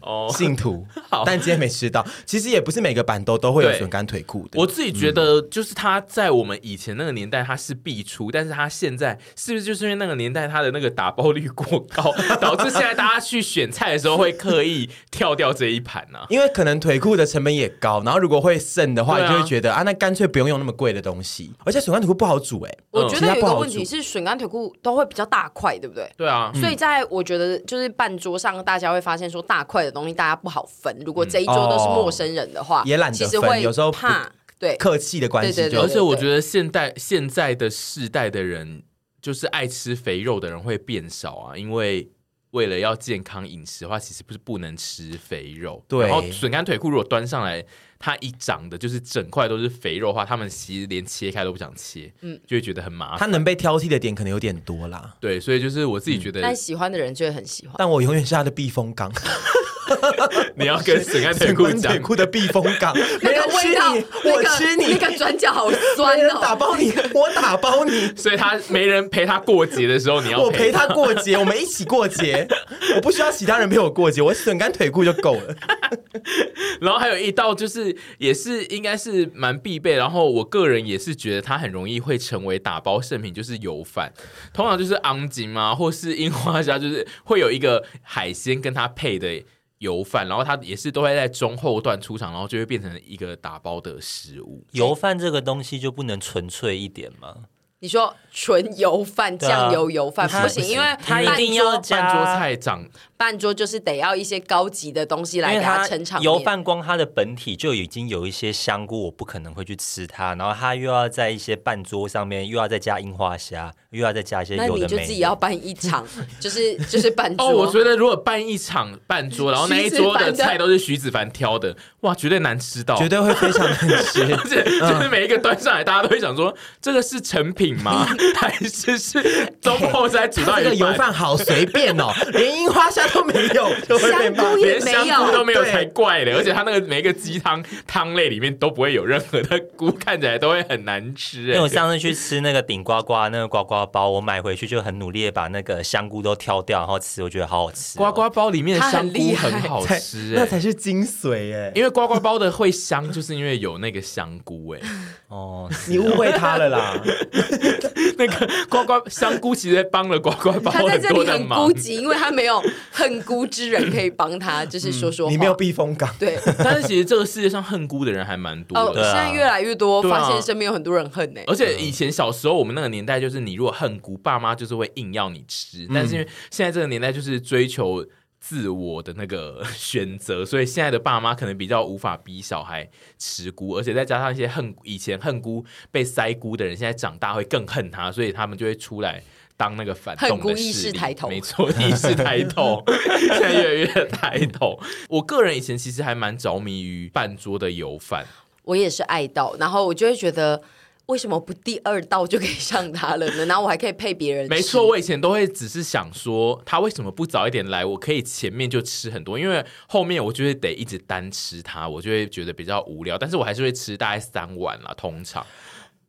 Speaker 3: 哦、
Speaker 1: 信 徒
Speaker 3: 好，
Speaker 1: 但今天没吃到。其实也不是每个板都都会有
Speaker 3: 对
Speaker 1: 笋干腿裤的。
Speaker 3: 我自己觉得，就是它在我们以前那个年代它是必出，但是它现在是不是就是因为那个年代它的那个打包率过高，导致现在大家去选菜的时候会刻意跳掉这一盘呢、
Speaker 1: 因为可能腿裤的成本也高，然后如果会剩的话，
Speaker 3: 对
Speaker 1: 你
Speaker 3: 啊
Speaker 1: 就会觉得啊，那干脆不用用那么贵的东西。而且笋干腿裤不好煮哎、
Speaker 2: 我觉
Speaker 1: 其实
Speaker 2: 得
Speaker 1: 它
Speaker 2: 有一
Speaker 1: 不
Speaker 2: 个
Speaker 1: 好
Speaker 2: 问题
Speaker 1: 煮
Speaker 2: 是，笋干腿裤都会比较大块，对不对？
Speaker 1: 嗯
Speaker 3: 对啊，
Speaker 2: 所以在我觉得就是半桌上，大家会发现说大块的东西大家不好分。如果这一桌都是陌生人的话，
Speaker 1: 嗯也懒得
Speaker 2: 其实
Speaker 1: 分
Speaker 2: 会
Speaker 1: 有时候不
Speaker 2: 怕对。
Speaker 1: 客气的关系就，
Speaker 2: 对对对
Speaker 3: 而且我觉得现代现在的世代的人，就是爱吃肥肉的人会变少啊，因为为了要健康饮食的话，其实不是不能吃肥肉。
Speaker 1: 对
Speaker 3: 然后笋干腿裤如果端上来，它一长的就是整块都是肥肉的话，他们其实连切开都不想切，嗯，就会觉得很麻
Speaker 1: 它
Speaker 3: 烦。
Speaker 1: 能被挑剔的点可能有点多啦。
Speaker 3: 对，所以就是我自己觉得，
Speaker 2: 但喜欢的人就会很喜欢。
Speaker 1: 但我永远是他的避风港。
Speaker 3: 你要跟沈安腿裤
Speaker 1: 整
Speaker 3: 讲
Speaker 1: 个，裤的避风 港， 没
Speaker 2: 那
Speaker 1: 人
Speaker 2: 个
Speaker 1: 吃
Speaker 2: 味道
Speaker 1: 你，，
Speaker 2: 那
Speaker 1: 我
Speaker 2: 个
Speaker 1: 吃你，
Speaker 2: 那个转角好 酸
Speaker 1: 没人
Speaker 2: 哦，
Speaker 1: 哎打包你，我打包你，
Speaker 3: 所以他没人陪他过节的时候，你要
Speaker 1: 我陪他过节，我们一起过 节，我不需要其他人陪我过节，我笋干腿裤就够了。
Speaker 3: 然后还有一道就是也是应该是蛮必备，然后我个人也是觉得它很容易会成为打包圣品，就是油饭，通常就是昂吉嘛，或是樱花虾，就是会有一个海鲜跟它配的。油饭，然后它也是都会在中后段出场，然后就会变成一个打包的食物。
Speaker 4: 油饭这个东西就不能纯粹一点吗？
Speaker 2: 你说纯油饭、
Speaker 4: 对啊
Speaker 2: 酱油油饭
Speaker 4: 它
Speaker 2: 不行，因为
Speaker 4: 它一
Speaker 2: 半
Speaker 4: 定
Speaker 2: 桌
Speaker 4: 要加
Speaker 3: 半桌菜长
Speaker 2: 半桌就是得要一些高级的东西来给
Speaker 4: 因为
Speaker 2: 它撑场面。
Speaker 4: 油饭光它的本体就已经有一些香菇，我不可能会去吃它，然后它又要在一些半桌上面又要再加樱花虾，又要再加一些
Speaker 2: 那
Speaker 4: 有
Speaker 2: 你
Speaker 4: 的
Speaker 2: 就
Speaker 4: 没
Speaker 2: 自己
Speaker 4: 的
Speaker 2: 要办一场，就是就是半桌。
Speaker 3: 哦，我觉得如果办一场半桌，然后那一桌的菜都是徐子凡挑的，哇，绝对难吃到，
Speaker 1: 绝对会非常难吃。
Speaker 3: 而 且
Speaker 2: 嗯
Speaker 3: 就是每一个端上来，大家都会想说，这个是成品 吗？还是是中后再煮到
Speaker 1: 这个
Speaker 3: 一
Speaker 1: 油
Speaker 3: 半，
Speaker 1: 饭好随便 哦，连樱花虾都没有，就会被骂
Speaker 2: 香菇。也
Speaker 3: 连香菇都没有
Speaker 1: 对
Speaker 3: 才怪嘞！而且它那个每一个鸡汤汤类里面都不会有任何的菇，看起来都会很难吃。
Speaker 4: 因为我
Speaker 3: 哎，
Speaker 4: 上次去吃那个顶呱呱那个呱呱包，我买回去就很努力的把那个香菇都挑掉，然后吃，我觉得好好吃、哦
Speaker 3: 呱，呱包里面的
Speaker 2: 它
Speaker 3: 香
Speaker 2: 很
Speaker 3: 菇
Speaker 2: 厉害
Speaker 3: 很好
Speaker 1: 才
Speaker 3: 吃，
Speaker 1: 那
Speaker 3: 哎，
Speaker 1: 才是精髓哎。
Speaker 3: 因为呱呱包的会香，就是因为有那个香菇，哎，
Speaker 4: 哦，
Speaker 1: 你误会他了啦，
Speaker 3: 那个呱呱香菇其实帮了呱呱 包
Speaker 2: 他在
Speaker 3: 很
Speaker 2: 这
Speaker 3: 多
Speaker 2: 里
Speaker 3: 的
Speaker 2: 很
Speaker 3: 忙
Speaker 2: 孤。寂，因为他没有恨孤之人可以帮他，就是说说
Speaker 1: 嗯
Speaker 2: 话。
Speaker 1: 你没有避风港。
Speaker 2: 对。
Speaker 3: 但是其实这个世界上恨菇的人还蛮多
Speaker 2: 哦，
Speaker 3: 的
Speaker 4: 对，啊
Speaker 2: 现在越来越多，
Speaker 3: 对啊
Speaker 2: 发现身边有很多人恨呢、
Speaker 3: 而且以前小时候我们那个年代，就是你如果恨菇，爸妈就是会硬要你吃。但是因为现在这个年代就是追求自我的那个 选择，所以现在的爸妈可能比较无法逼小孩吃菇，而且再加上一些恨以前恨菇被塞菇的人，现在长大会更恨他，所以他们就会出来。当那个反动
Speaker 2: 恨菇
Speaker 3: 的
Speaker 2: 意
Speaker 3: 势
Speaker 2: 识
Speaker 3: 力
Speaker 2: 抬头
Speaker 3: 没错，意识 抬头，现在越来越抬头。我个人以前其实还蛮着迷于半桌的油饭，
Speaker 2: 我也是爱到，然后我就会觉得，为什么不第二道就可以上他了呢？然后我还可以配别人吃，
Speaker 3: 没错，我以前都会只是想说，他为什么不早一点来？我可以前面就吃很多，因为后面我就会得一直单吃它，我就会觉得比较无聊。但是我还是会吃大概三碗啦，通常。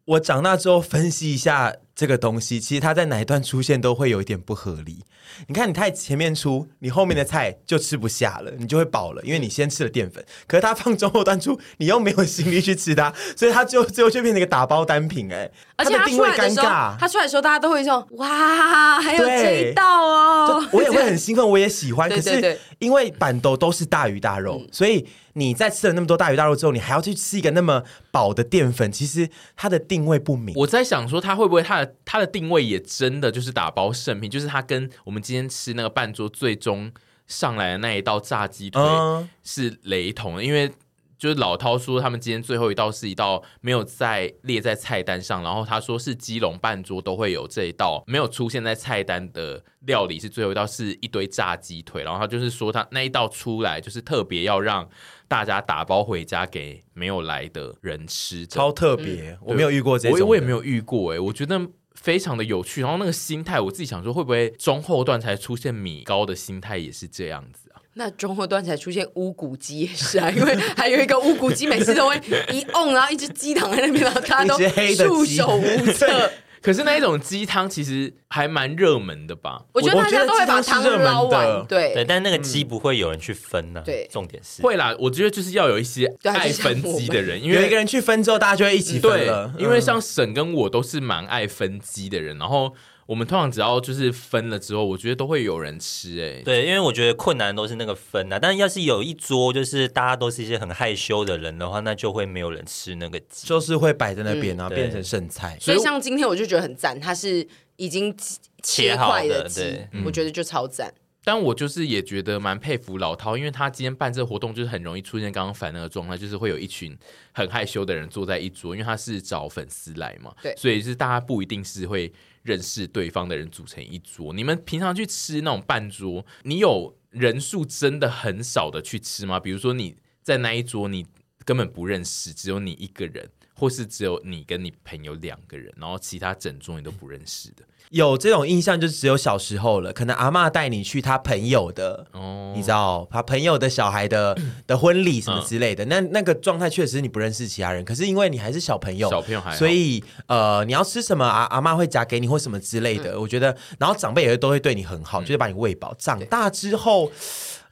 Speaker 1: 我长大之后分析一下这个东西，其实它在哪一段出现都会有一点不合理。你看，你太前面出，你后面的菜就吃不下了，你就会饱了，因为你先吃了淀粉。可是它放中后段出，你又没有心力去吃 它，所以它就最后就变成一个打包单品、哎，
Speaker 2: 而且
Speaker 1: 它
Speaker 2: 他
Speaker 1: 的定
Speaker 2: 出
Speaker 1: 位
Speaker 2: 来的
Speaker 1: 尴
Speaker 2: 时候
Speaker 1: 尬，。
Speaker 2: 他出来的时候，大家都会说：“哇，还有
Speaker 1: 对
Speaker 2: 这一道哦
Speaker 1: 就！”我也会很兴奋，我也喜欢。
Speaker 2: 对
Speaker 1: 可
Speaker 2: 对嗯
Speaker 1: 是
Speaker 2: 对
Speaker 1: 因为板豆都是大鱼大肉，所以你在吃了那么多大鱼大肉之后，你还要去吃一个那么饱的淀粉，其实它的定位不明。
Speaker 3: 我在想说，它会不会它的它的定位也真的就是打包圣品，就是它跟我们今天吃那个半桌最终上来的那一道炸鸡腿
Speaker 1: 嗯
Speaker 3: 是雷同的，因为。就是老饕说，他们今天最后一道是一道没有在列在菜单上，然后他说是基隆半桌都会有这一道没有出现在菜单的料理是最后一道，是一堆炸鸡腿，然后他就是说他那一道出来就是特别要让大家打包回家给没有来的人吃的，
Speaker 1: 超特别，我没有遇过这种
Speaker 3: 我
Speaker 1: 的，
Speaker 3: 也我也没有遇过哎、我觉得非常的有趣。然后那个心态，我自己想说，会不会中后段才出现米糕的心态也是这样子啊？
Speaker 2: 那中后段才出现乌骨鸡也是啊，因为还有一个乌骨鸡，每次都会一瓮，然后一只鸡躺在那边，然后大家 都
Speaker 1: 一只黑的鸡
Speaker 2: 束手无策。
Speaker 3: 可是那一种鸡汤其实还蛮热门的吧？
Speaker 2: 我觉得
Speaker 1: 我
Speaker 2: 大家都会把汤捞
Speaker 1: 我觉得鸡汤是热门的
Speaker 2: 完，对
Speaker 4: 对，但那个鸡不会有人去分呢、
Speaker 2: 对
Speaker 4: 重点是
Speaker 3: 会啦，我觉得就是要有一些
Speaker 2: 对
Speaker 3: 爱分鸡的人，因
Speaker 1: 有一个
Speaker 3: 为。
Speaker 1: 人去分之后，大家就会一起分
Speaker 3: 对
Speaker 1: 了，，嗯
Speaker 3: 因为像沈跟我都是蛮爱分鸡的人，然后我们通常只要就是分了之后，我觉得都会有人吃、哎，
Speaker 4: 对，因为我觉得困难都是那个分啊，但是要是有一桌就是大家都是一些很害羞的人的话，那就会没有人吃那个鸡。
Speaker 1: 就是会摆在那边，然后
Speaker 4: 对
Speaker 1: 变成剩菜。
Speaker 2: 所以像今天我就觉得很赞，它是已经切切
Speaker 4: 切好
Speaker 2: 块
Speaker 4: 的
Speaker 2: 鸡
Speaker 4: 对，嗯
Speaker 2: 我觉得就超赞。
Speaker 3: 但我就是也觉得蛮佩服老饕，因为他今天办这个活动，就是很容易出现刚刚反那个状态，就是会有一群很害羞的人坐在一桌，因为他是找粉丝来嘛，
Speaker 2: 对
Speaker 3: 所以是大家不一定是会认识对方的人组成一桌。你们平常去吃那种半桌，你有人数真的很少的去吃吗？比如说你在那一桌，你根本不认识，只有你一个人，或是只有你跟你朋友两个人，然后其他整桌你都不认识的。
Speaker 1: 有这种印象，就只有小时候了。可能阿嬷带你去她朋友的，
Speaker 3: 哦
Speaker 1: 你知道，她朋友的小孩 的的婚礼什
Speaker 3: 嗯
Speaker 1: 么之类的。那那个状态确实你不认识其他人，可是因为你还是小朋友，
Speaker 3: 小朋友还好
Speaker 1: 所以呃，你要吃什么，阿阿嬷会夹给你或什么之类
Speaker 3: 嗯
Speaker 1: 的。我觉得，然后长辈也会都会对你很好，就是把你喂饱。长大之后，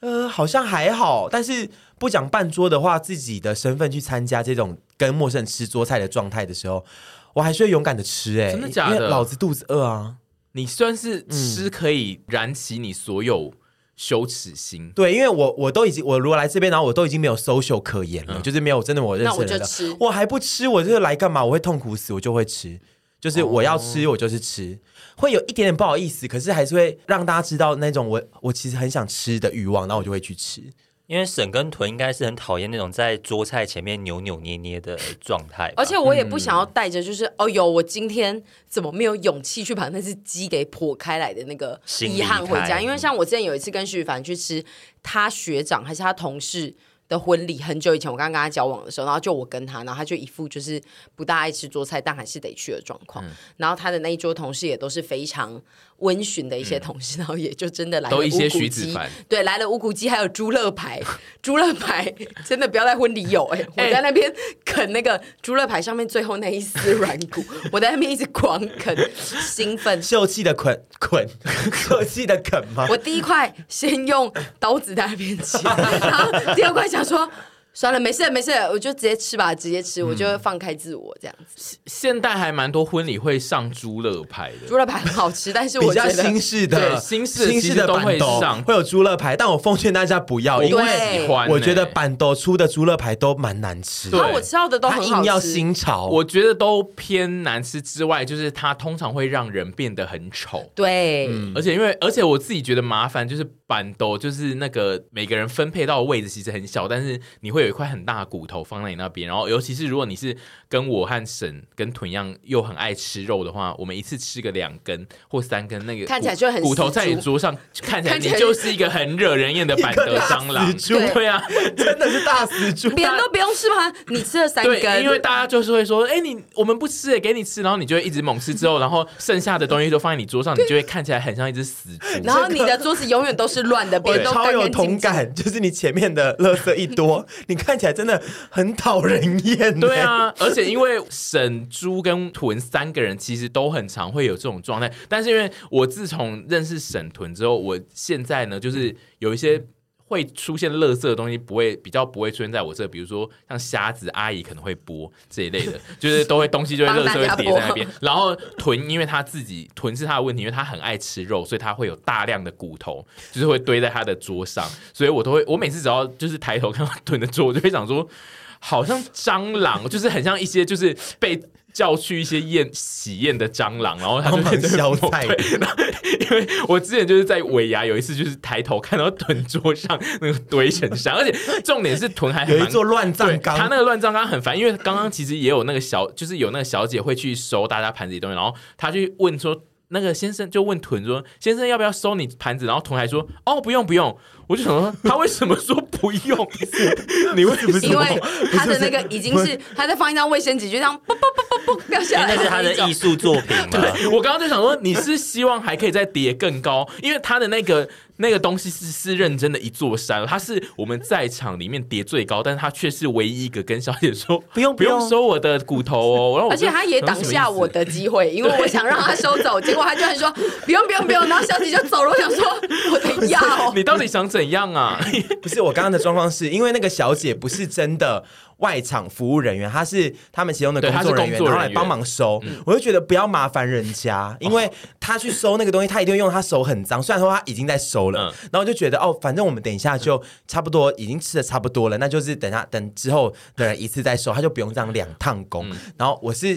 Speaker 1: 呃，好像还好，但是不讲半桌的话，自己的身份去参加这种跟陌生人吃桌菜的状态的时候。我还是会勇敢的吃、欸，哎，
Speaker 3: 真的假的
Speaker 1: 因为老子肚子饿啊！
Speaker 3: 你算是吃可以燃起你所有羞耻心。
Speaker 1: 对，因为我我都已经我如果来这边，然后我都已经没有 social 可言
Speaker 3: 嗯
Speaker 1: 了，就是没有真的我认识的人
Speaker 2: 那我就吃
Speaker 1: 了，我还不吃，我就是来干嘛？我会痛苦死，我就会吃，就是我要
Speaker 3: 哦
Speaker 1: 吃，我就是吃，会有一点点不好意思，可是还是会让大家知道那种我我其实很想吃的欲望，然后我就会去吃。
Speaker 4: 因为沈跟屯应该是很讨厌那种在桌菜前面扭扭捏捏的状态吧，
Speaker 2: 而且我也不想要带着，就是、哦哟，我今天怎么没有勇气去把那只鸡给剖开来的那个
Speaker 4: 心
Speaker 2: 遗憾回
Speaker 4: 离
Speaker 2: 家？
Speaker 4: 开
Speaker 2: 因为像我之前有一次跟徐凡去吃他学长还是他同事。的婚礼很久以前，我刚跟他交往的时候，然后就我跟他，然后他就一副就是不大爱吃桌菜，但还是得去的状
Speaker 3: 嗯
Speaker 2: 况。然后他的那一桌同事也都是非常温驯的一些同事，然后也就真的来了
Speaker 3: 都一些
Speaker 2: 无骨
Speaker 3: 徐子
Speaker 2: 鸡
Speaker 3: 凡
Speaker 2: 对，来了乌骨鸡，还有猪肋排，猪肋排 真的不要在婚礼有哎、我在那边啃那个猪肋排上面最后那一丝软骨，我在那边一直狂啃，兴奋。
Speaker 1: 秀气的捆捆， 秀气的啃吗？
Speaker 2: 我第一块先用刀子在那边切，然后第二块想说。算了，没事没事，我就直接吃吧，直接吃，我就放开自我这样子。
Speaker 3: 现代还蛮多婚礼会上猪肋排
Speaker 2: 猪
Speaker 3: 的，
Speaker 2: 肋排很好吃，但是
Speaker 1: 比
Speaker 2: 我觉
Speaker 1: 较
Speaker 2: 得
Speaker 1: 新式的，
Speaker 3: 对新式的
Speaker 1: 新
Speaker 3: 其
Speaker 1: 式
Speaker 3: 实
Speaker 1: 的
Speaker 3: 都
Speaker 1: 板
Speaker 3: 会
Speaker 1: 豆
Speaker 3: 上
Speaker 1: 会有猪肋排，但我奉劝大家不要，
Speaker 3: 我
Speaker 1: 因
Speaker 3: 不
Speaker 1: 为
Speaker 3: 喜欢、欸
Speaker 1: 我觉得，板豆出的猪肋排都蛮难吃
Speaker 3: 对
Speaker 2: 然
Speaker 1: 的，
Speaker 2: 后我吃到的都
Speaker 1: 它
Speaker 2: 很好
Speaker 1: 硬
Speaker 2: 吃，
Speaker 1: 要新潮。
Speaker 3: 我觉得都偏难吃之外，就是它通常会让人变得很丑。
Speaker 2: 对，
Speaker 3: 而且因为，而且我自己觉得麻烦就是板豆，就是那个每个人分配到的位置其实很小，但是你会有一块很大的骨头放在你那边。然后，尤其是如果你是跟我和沈跟屯一样又很爱吃肉的话，我们一次吃个两根或三根，那个
Speaker 2: 看起
Speaker 3: 骨
Speaker 2: 来就很
Speaker 3: 骨头
Speaker 2: 死猪
Speaker 3: 在你桌上，看起来
Speaker 2: 看起
Speaker 3: 你
Speaker 2: 来
Speaker 3: 就是一个很惹人厌的板豆蟑
Speaker 1: 一个
Speaker 3: 螂
Speaker 1: 大死猪。
Speaker 3: 对啊，
Speaker 1: 真的是大死 猪，
Speaker 2: 别人都不用吃吗？你吃了三
Speaker 3: 对，
Speaker 2: 根，
Speaker 3: 因为大家就是会说，哎、你我们不吃也给你吃，然后你就会一直猛吃，之后然后剩下的东西都放在你桌上，你就会看起来很像一只死猪。
Speaker 2: 然后你的桌子永远都是乱的，别
Speaker 1: 我
Speaker 2: 人都
Speaker 1: 超有
Speaker 2: 干干净
Speaker 1: 同
Speaker 2: 净。
Speaker 1: 感，就是你前面的垃圾一多，你看起来真的很讨人厌、
Speaker 3: 对，啊，而且因为沈猪跟屯三个人其实都很常会有这种状态，但是因为我自从认识沈屯之后，我现在呢就是有一些。会出现垃圾的东西不会比较不会出现在我这，比如说像虾子阿姨可能会剥这一类的，就是都会东西就会垃圾会叠在那边。然后屯因为他自己屯是他的问题，因为他很爱吃肉，所以他会有大量的骨头，就是会堆在他的桌上。所以我都会，我每次只要就是抬头看到屯的桌，我就会想说，好像蟑 螂，就是很像一些就是被叫去一些宴喜宴的蟑螂，然后它就
Speaker 1: 帮忙
Speaker 3: 变成
Speaker 1: 削菜
Speaker 3: 对，然后因为我之前就是在尾牙有一次，就是抬头看到臀桌上那个堆 成山，而且重点是臀还很
Speaker 1: 有一
Speaker 3: 蛮
Speaker 1: 座乱
Speaker 3: 对
Speaker 1: 葬岗，
Speaker 3: 他那个乱葬岗很烦，因为刚刚其实也有那个小，就是有那个小姐会去收大家盘子里东西，然后她去问说。那个先生就问屯说：“先生要不要收你盘子？”然后屯还说：“哦，不用不用。”我就想说，他为什么说不用？
Speaker 1: 你为什么？
Speaker 2: 因为他的那个已经是他在放一张卫生纸，就这样啵啵啵啵啵掉下
Speaker 4: 因
Speaker 2: 来
Speaker 4: 为那是他的
Speaker 2: 那种
Speaker 4: 艺术作品嘛。
Speaker 3: 对我刚刚就想说，你是希望还可以再叠更高，因为他的那个那个东西是是认真的一座山，它是我们在场里面叠最高，但是它却是唯一一个跟小姐说
Speaker 1: 不用
Speaker 3: 不用
Speaker 1: 不用
Speaker 3: 收我的骨头哦，然后我
Speaker 2: 而且
Speaker 3: 就
Speaker 2: 他也挡下我。
Speaker 3: 想说什么意思
Speaker 2: 的机会，因为我想让他收走，结果他居然说不用不用不用，然后小姐就走了。我想说我的 药，
Speaker 3: 你到底想怎样啊？
Speaker 1: 不是我刚刚的状况是，因为那个小姐不是真的外场服务人员，她是他们其中的
Speaker 3: 对
Speaker 1: 工作人
Speaker 3: 她是
Speaker 1: 员，
Speaker 3: 工
Speaker 1: 然
Speaker 3: 作人员嗯
Speaker 1: 后来帮忙收。我就觉得不要麻烦人家，因为她去收那个东西，她一定会用她手很脏。虽然说她已经在收了，然
Speaker 3: 嗯
Speaker 1: 后我就觉得哦，反正我们等一下就差不多已经吃的差不多了，那就是等她等之后的人一次再收，她就不用这样两趟工。
Speaker 3: 嗯
Speaker 1: 然后我是。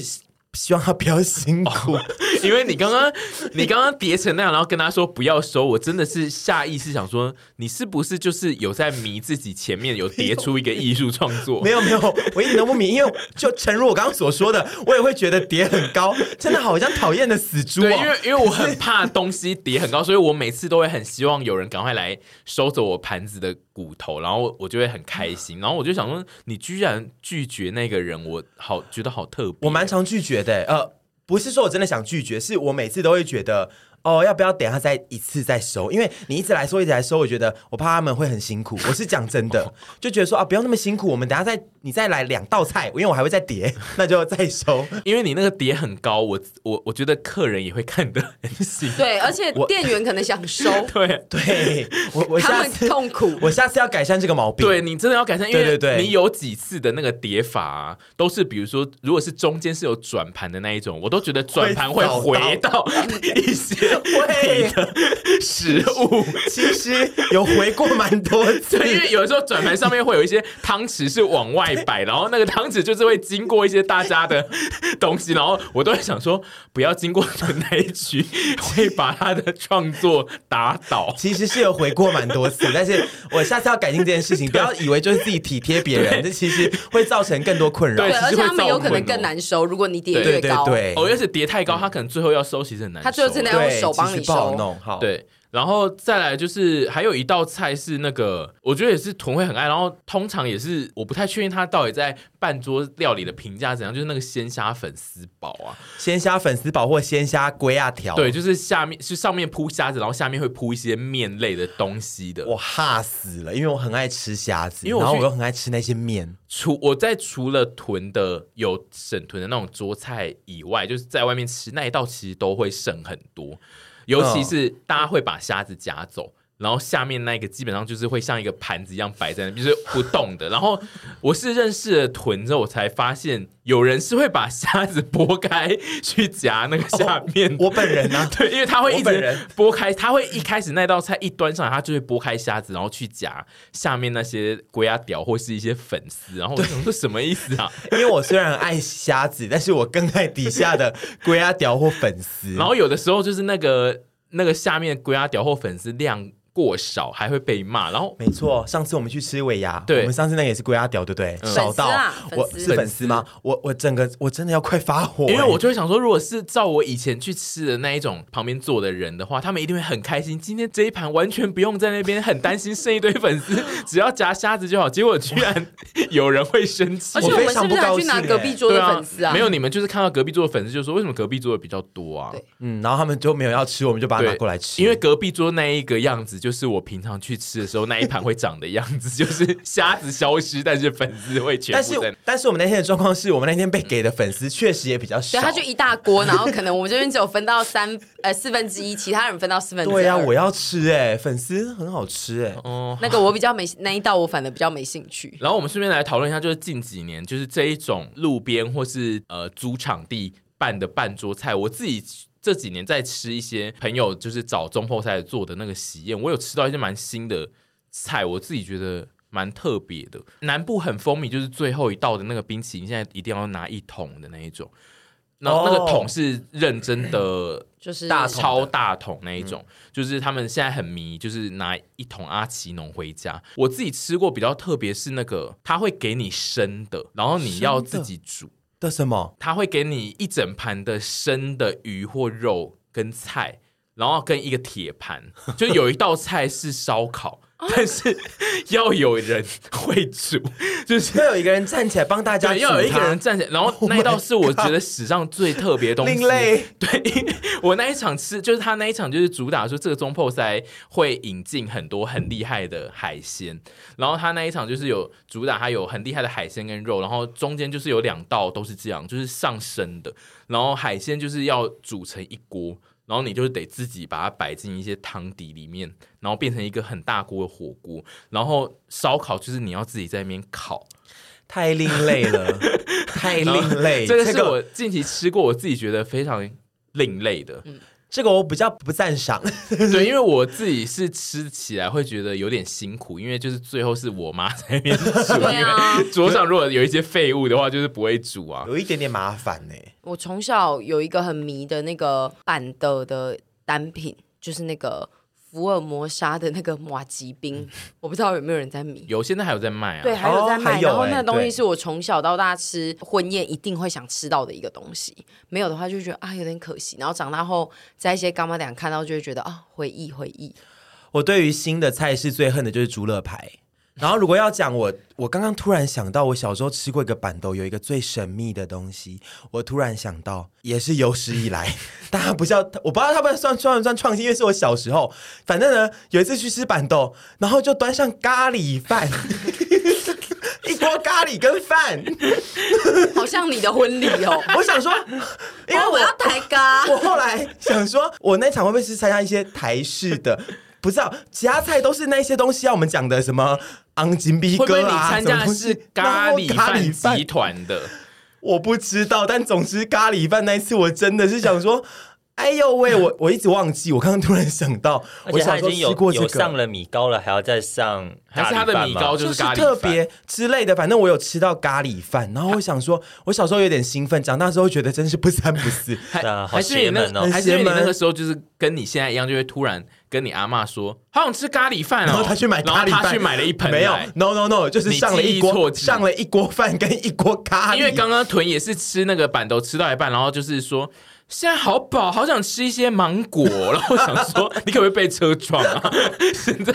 Speaker 1: 希望她不要辛
Speaker 3: 哦
Speaker 1: 苦，
Speaker 3: 因为你刚刚你刚刚叠成那样，然后跟他说不要收，我真的是下意识想说，你是不是就是有在迷自己前面有叠出一个艺术创作？
Speaker 1: 没有没有，我一点都不明，因为就诚如我刚刚所说的，我也会觉得叠很高，真的好像讨厌的死猪、哦。
Speaker 3: 对，因为因为 我很怕东西叠很高，所以我每次都会很希望有人赶快来收走我盘子的骨头，然后我就会很开
Speaker 1: 嗯
Speaker 3: 心，然后我就想说，你居然拒绝那个人，我好觉得好特别。
Speaker 1: 我蛮常拒绝的、呃，不是说我真的想拒绝，是我每次都会觉得，哦，要不要等一下再一次再收？因为你一直来收，一直来收，我觉得我怕他们会很辛 苦。我是讲真的，就觉得说啊，不要那么辛苦，我们等一下再你再来两道菜，因为我还会再叠， 那就再收。
Speaker 3: 因为你那个碟很高，我我我觉得客人也会看得很细。
Speaker 2: 对，而且
Speaker 1: 我
Speaker 2: 店员可能想收，
Speaker 3: 对
Speaker 1: 对 我，我
Speaker 2: 他
Speaker 1: 下
Speaker 2: 们
Speaker 1: 次
Speaker 2: 痛苦。
Speaker 1: 我下次要改善这个毛病。
Speaker 3: 对你真的要改善，因
Speaker 1: 对
Speaker 3: 为
Speaker 1: 对对
Speaker 3: 你有几次的那个叠法、啊、都是，比如说，如果是中间是有转盘的那一种，我都觉得转盘会回到一些
Speaker 1: 对，
Speaker 3: 食物。
Speaker 1: 其实有回过蛮多次，
Speaker 3: 对，因为有的时候转盘上面会有一些汤匙是往外摆，然后那个汤匙就是会经过一些大家的东西，然后我都会想说，不要经过的那一局会把他的创作打倒。
Speaker 1: 其实是有回过蛮多次，但是我下次要改进这件事情，不要以为就是自己体贴别人，这其实会造成更多困扰
Speaker 3: 对。
Speaker 2: 对，
Speaker 3: 其实
Speaker 2: 而且
Speaker 3: 会
Speaker 2: 他们有可
Speaker 3: 造
Speaker 2: 能
Speaker 3: 混哦
Speaker 2: 更难收，如果你点
Speaker 1: 对
Speaker 2: 越
Speaker 1: 对
Speaker 2: 高，
Speaker 1: 对，
Speaker 3: 哦，要是叠太高，他可能最后要收，其实很难收。啊
Speaker 2: 他最后真的要
Speaker 1: 对
Speaker 2: 用手帮
Speaker 1: 其实
Speaker 2: 你
Speaker 1: 不好
Speaker 2: 收。
Speaker 1: 弄，好，
Speaker 3: 对，然后再来就是还有一道菜是那个，我觉得也是屯会很爱，然后通常也是我不太确定他到底在半桌料理的评价怎样，就是那个鲜虾粉丝煲啊，
Speaker 1: 鲜虾粉丝煲或鲜虾龟啊亚条，
Speaker 3: 对，，就是下面是上面铺虾子，然后下面会铺一些面类的东西的。
Speaker 1: 我哈死了，因为我很爱吃虾子，
Speaker 3: 因为我
Speaker 1: 然后
Speaker 3: 去
Speaker 1: 我又很爱吃那些面，
Speaker 3: 除我在除了囤的有省囤的那种桌菜以外，就是在外面吃那一道，其实都会剩很多，尤
Speaker 1: 嗯
Speaker 3: 其是大家会把虾子夹走。然后下面那个基本上就是会像一个盘子一样摆在那边，就是不动的。然后我是认识了囤之后，我才发现有人是会把虾子剥开去夹那个下面的。。
Speaker 1: 哦我本人呢、啊
Speaker 3: 对，因为他会一
Speaker 1: 我
Speaker 3: 直
Speaker 1: 本人
Speaker 3: 剥开，他会一开始那道菜一端上来，他就会剥开虾子，然后去夹下面那些龟鸭屌或是一些粉丝，然后我想说什么意思啊？
Speaker 1: 因为我虽然很爱虾子，但是我更爱底下的龟鸭条或粉丝。
Speaker 3: 然后有的时候就是那个那个下面龟鸭屌或粉丝量过少，还会被骂，然后
Speaker 1: 没错，上次我们去吃尾牙，
Speaker 3: 对嗯
Speaker 1: 我们上次那个也是龟鸭条，对不对？少到
Speaker 2: 粉丝啊
Speaker 1: 我
Speaker 2: 粉丝
Speaker 1: 是粉丝吗？我我整个我真的要快发火、
Speaker 3: 因为我
Speaker 1: 欸
Speaker 3: 就会想说，如果是照我以前去吃的那一种旁边坐的人的话，他们一定会很开心。今天这一盘完全不用在那边很担心剩一堆粉丝，只要夹虾子就好。结果居然有人会生气，
Speaker 2: 而且
Speaker 1: 我
Speaker 2: 我
Speaker 1: 非
Speaker 2: 们是
Speaker 1: 常
Speaker 2: 不是
Speaker 1: 不
Speaker 2: 还
Speaker 1: 高
Speaker 2: 去拿
Speaker 1: 兴
Speaker 2: 隔
Speaker 1: 欸
Speaker 2: 壁桌
Speaker 3: 对
Speaker 2: 的粉丝啊？
Speaker 3: 没有，你们就是看到隔壁桌的粉丝就说，为什么隔壁桌的比较多啊？
Speaker 2: 对
Speaker 1: 嗯，然后他们就没有要吃，我们就把它拿过来吃，
Speaker 3: 因为隔壁桌那一个样子，就是我平常去吃的时候那一盘会长的样子，就是虾子消失，但是粉丝会全
Speaker 1: 但
Speaker 3: 部在
Speaker 1: 是。但是我们那天的状况是我们那天被给的粉丝确实也比较少，
Speaker 2: 对，他就一大锅，然后可能我们这边只有分到三呃四分之一，其他人分到四分之二。
Speaker 1: 对呀、啊我要吃哎、粉丝很好吃哎、
Speaker 3: 哦，
Speaker 2: 那个我比较没那一道，我反而比较没兴趣。
Speaker 3: 然后我们顺便来讨论一下，就是近几年就是这一种路边或是呃租场地办的半桌菜，我自己。这几年在吃一些朋友就是找中后菜做的那个喜宴，我有吃到一些蛮新的菜，我自己觉得蛮特别的。南部很风靡，就是最后一道的那个冰淇淋，现在一定要拿一桶的那一种，那、
Speaker 1: 哦
Speaker 3: 那个桶是认真的
Speaker 2: 就是
Speaker 3: 大
Speaker 1: 桶
Speaker 3: 超大桶那一种，就是他们现在很迷，就是拿一桶阿奇农回家。我自己吃过比较特别是那个，他会给你生的，然后你要自己煮，
Speaker 1: 的什么？
Speaker 3: 他会给你一整盘的生的鱼或肉跟菜。然后跟一个铁盘，就有一道菜是烧烤，但是要有人会煮，就是
Speaker 1: 要有一个人站起来帮大家
Speaker 3: 对，
Speaker 1: 煮
Speaker 3: 要有一个
Speaker 1: 它
Speaker 3: 人站起来，然后
Speaker 1: Oh
Speaker 3: 那一道
Speaker 1: my
Speaker 3: 是我觉得史上最特别的 东西。
Speaker 1: 另类
Speaker 3: 对，因为我那一场吃，就是他那一场就是主打说这个中破塞会引进很多很厉害的海鲜，然后他那一场就是有主打，他有很厉害的海鲜跟肉，然后中间就是有两道都是这样，就是上升的，然后海鲜就是要煮成一锅。然后你就是得自己把它摆进一些汤底里面，然后变成一个很大锅的火锅。然后烧烤就是你要自己在那边烤，
Speaker 1: 太另类 了，太另类。
Speaker 3: 哎这个是
Speaker 1: 个
Speaker 3: 我近期吃过，我自己觉得非常另类的。
Speaker 1: 这个我比较不赞赏，
Speaker 3: 对，因为我自己是吃起来会觉得有点辛苦，因为就是最后是我妈在那边煮，因
Speaker 2: 对 啊
Speaker 3: 为桌上如果有一些废物的话，就是不会煮啊。
Speaker 1: 有一点点麻烦呢、哎
Speaker 2: 我从小有一个很迷的那个板的的单品，就是那个福尔摩沙的那个马吉冰，我不知道有没有人在迷。
Speaker 3: 有现在还有在卖啊，
Speaker 2: 对，还有在卖。
Speaker 1: 还有
Speaker 2: 然后
Speaker 1: 欸
Speaker 2: 那个东
Speaker 1: 对
Speaker 2: 西是我从小到大吃婚宴一定会想吃到的一个东西，没有的话就觉得啊有点可惜。然后长大后在一些干妈店看到就会觉得啊回忆回忆。
Speaker 1: 我对于新的菜式最恨的就是猪肋排，然后如果要讲我，我刚刚突然想到，我小时候吃过一个板豆，有一个最神秘的东西，我突然想到，也是有史以来， 但它不叫，我不知道它不算算不算创新，因为是我小时候。反正呢，有一次去吃板豆，然后就端上咖喱饭。 一锅咖喱跟饭，
Speaker 2: 好像你的婚礼哦。
Speaker 1: 我想说，因为
Speaker 2: 哦我要抬咖，
Speaker 1: 我后来想说，我那场会不会是参加一些台式 的？不知道，其他菜都是那些东西啊，我们讲的什么昂金逼
Speaker 3: 会不会
Speaker 1: 哥
Speaker 3: 你
Speaker 1: 啊，
Speaker 3: 参加
Speaker 1: 什
Speaker 3: 的
Speaker 1: 么
Speaker 3: 是
Speaker 1: 啊东西
Speaker 3: 咖喱
Speaker 1: 然后
Speaker 3: 饭集 团的？
Speaker 1: 我不知道，但总之咖喱饭那一次，我真的是想说，哎呦喂，我 我一直忘记，我刚刚突然想到，
Speaker 4: 而
Speaker 1: 我
Speaker 4: 且
Speaker 1: 小
Speaker 4: 他
Speaker 1: 时
Speaker 4: 已
Speaker 1: 候
Speaker 4: 经有
Speaker 1: 吃过这
Speaker 4: 有上
Speaker 1: 个，
Speaker 4: 了米糕了，还要再上
Speaker 3: 还是
Speaker 4: 咖
Speaker 3: 他
Speaker 4: 喱
Speaker 3: 的
Speaker 4: 饭
Speaker 3: 米
Speaker 4: 吗
Speaker 3: 糕
Speaker 1: 就是
Speaker 3: 咖喱
Speaker 1: 特
Speaker 3: 饭
Speaker 1: 别之类的，反正我有吃到咖喱饭，然后我想说，我小时候有点兴奋，长大之后觉得真是不三不四。
Speaker 3: 还
Speaker 4: 对啊好
Speaker 3: 还是你
Speaker 4: 邪
Speaker 3: 那
Speaker 4: 门哦
Speaker 3: 还是因为你
Speaker 1: 很邪门
Speaker 3: 那个时候就是跟你现在一样，就会突然跟你阿嬷说好想吃咖喱饭哦，
Speaker 1: 然后他去买
Speaker 3: 然后
Speaker 1: 咖喱饭，
Speaker 3: 他去买了一盆来，
Speaker 1: 没有，no no no，就是上了一
Speaker 3: 你记忆
Speaker 1: 锅
Speaker 3: 错字
Speaker 1: 上了一锅饭跟一锅咖喱，
Speaker 3: 因为刚刚屯也是吃那个板豆吃到一半，然后就是说。现在好饱，好想吃一些芒果。然后我想 说，你可不可以被车撞啊？ 现在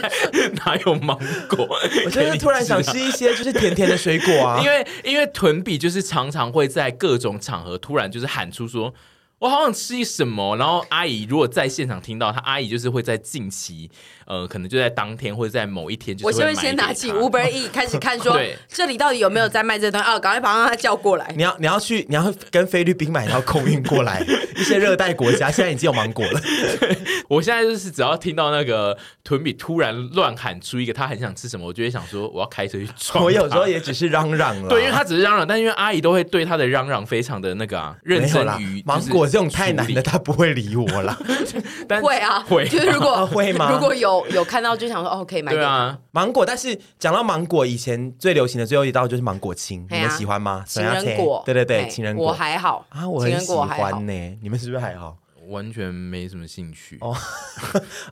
Speaker 3: 哪有芒果？
Speaker 1: 我就是突然想吃一些就是甜甜的水果啊，
Speaker 3: 因为因为屯比就是常常会在各种场合突然就是喊出说。我好想吃什么，然后阿姨如果在现场听到，她阿姨就是会在近期，呃，可能就在当天或者在某一天，就是
Speaker 2: 我是
Speaker 3: 会
Speaker 2: 会
Speaker 3: 买
Speaker 2: 先
Speaker 3: 给
Speaker 2: 拿起
Speaker 3: 她
Speaker 2: Uber E 开始看，说
Speaker 3: 对
Speaker 2: 这里到底有没有在卖这东西？哦，赶快把他叫过来。
Speaker 1: 你要你要去你要跟菲律宾买，然后空运过 来一些热带国家，现在已经有芒果了。
Speaker 3: 我现在就是只要听到那个屯比突然乱喊出一个他很想吃什么，我就会想说我要开车去撞。
Speaker 1: 我有时候。也只是嚷嚷了，
Speaker 3: 对，因为他只是嚷嚷，但因为阿姨都会对他的嚷嚷非常的那个啊，认
Speaker 1: 没有
Speaker 3: 真
Speaker 1: 啦
Speaker 3: 于，
Speaker 1: 芒果这种太难了，，他不会理我 啦。
Speaker 3: 就是 但
Speaker 2: 会啊，
Speaker 3: 会
Speaker 2: 就是如果
Speaker 1: 啊 会吗
Speaker 2: 如果有有看到就想说，哦，可以买给
Speaker 3: 对
Speaker 2: 他。
Speaker 3: 啊，
Speaker 1: 芒果，但是讲到芒果，以前最流行的最后一道就是芒果青，
Speaker 2: 嘿
Speaker 1: 你
Speaker 2: 啊
Speaker 1: 们喜欢吗？
Speaker 2: 情人果，
Speaker 1: 对对
Speaker 2: 哎
Speaker 1: 对，情人
Speaker 2: 我
Speaker 1: 果
Speaker 2: 还好
Speaker 1: 啊，我
Speaker 2: 情
Speaker 1: 很
Speaker 2: 人
Speaker 1: 喜
Speaker 2: 果还好
Speaker 1: 欢。呢。你们是不是还好
Speaker 3: 完全没什么兴趣。
Speaker 1: 哦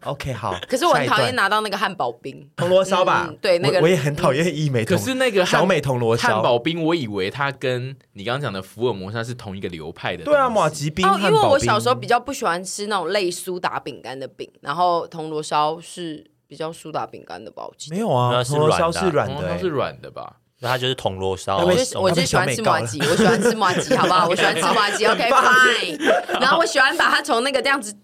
Speaker 1: ？OK，好。
Speaker 2: 可是我
Speaker 1: 下
Speaker 2: 很
Speaker 1: 一段
Speaker 2: 讨厌拿到那个汉堡冰，
Speaker 1: 铜锣烧吧
Speaker 2: 嗯，对那个
Speaker 1: 我我也很讨厌一美
Speaker 3: 可
Speaker 1: 铜，
Speaker 3: 是那个汉
Speaker 1: 小美铜锣烧
Speaker 3: 汉堡冰，我以为它跟你刚刚讲的福尔摩沙是同一个流派的东
Speaker 1: 对
Speaker 3: 西。
Speaker 1: 啊，马吉冰
Speaker 2: 哦，因
Speaker 1: 汉
Speaker 2: 为
Speaker 1: 堡
Speaker 2: 我
Speaker 1: 冰
Speaker 2: 小时候比较不喜欢吃那种类苏打饼干的饼，然后铜锣烧是比较苏打饼干的吧，我记得。
Speaker 1: 没有啊，
Speaker 4: 那是
Speaker 1: 铜锣烧
Speaker 4: 软的
Speaker 1: 是
Speaker 4: 啊
Speaker 1: 软
Speaker 3: 哦
Speaker 1: 的
Speaker 3: 它
Speaker 1: 欸
Speaker 3: 是，软的吧？
Speaker 4: 那他就是铜锣烧
Speaker 1: 那
Speaker 2: 我
Speaker 1: 为
Speaker 2: 就是
Speaker 1: 什么
Speaker 2: 我就喜欢吃麻吉，我喜欢吃麻吉，好不好？我喜欢吃麻 吉，OK fine。然后我喜欢把它从那个这样子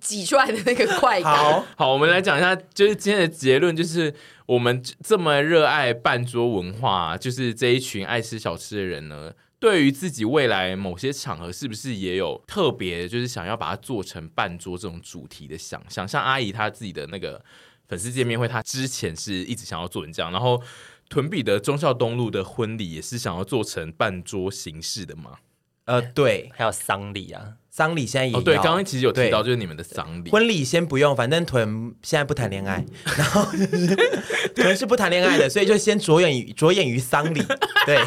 Speaker 2: 挤出来的哎那个快感。
Speaker 1: 好，
Speaker 3: 好，我们来讲一下，就是今天的结论，就是我们这么热爱半桌文化、就是这一群爱吃小吃的人呢，对于自己未来某些场合，是不是也有特别，就是想要把它做成半桌这种主题的想象？像阿姨她自己的那个粉丝见面会，她之前是一直想要做成这样，然后屯比的忠孝东路的婚礼也是想要做成半桌形式的嘛？
Speaker 1: 呃，对，
Speaker 4: 还有丧礼啊，
Speaker 1: 丧礼现在也
Speaker 3: 哦，对，
Speaker 1: 要
Speaker 3: 刚刚其实有提
Speaker 1: 对
Speaker 3: 到，就是你们的丧礼。
Speaker 1: 婚礼先不用，反正屯现在不谈恋爱， 然后就是屯是不谈恋爱的，所以就先着眼于着眼于丧 礼。对，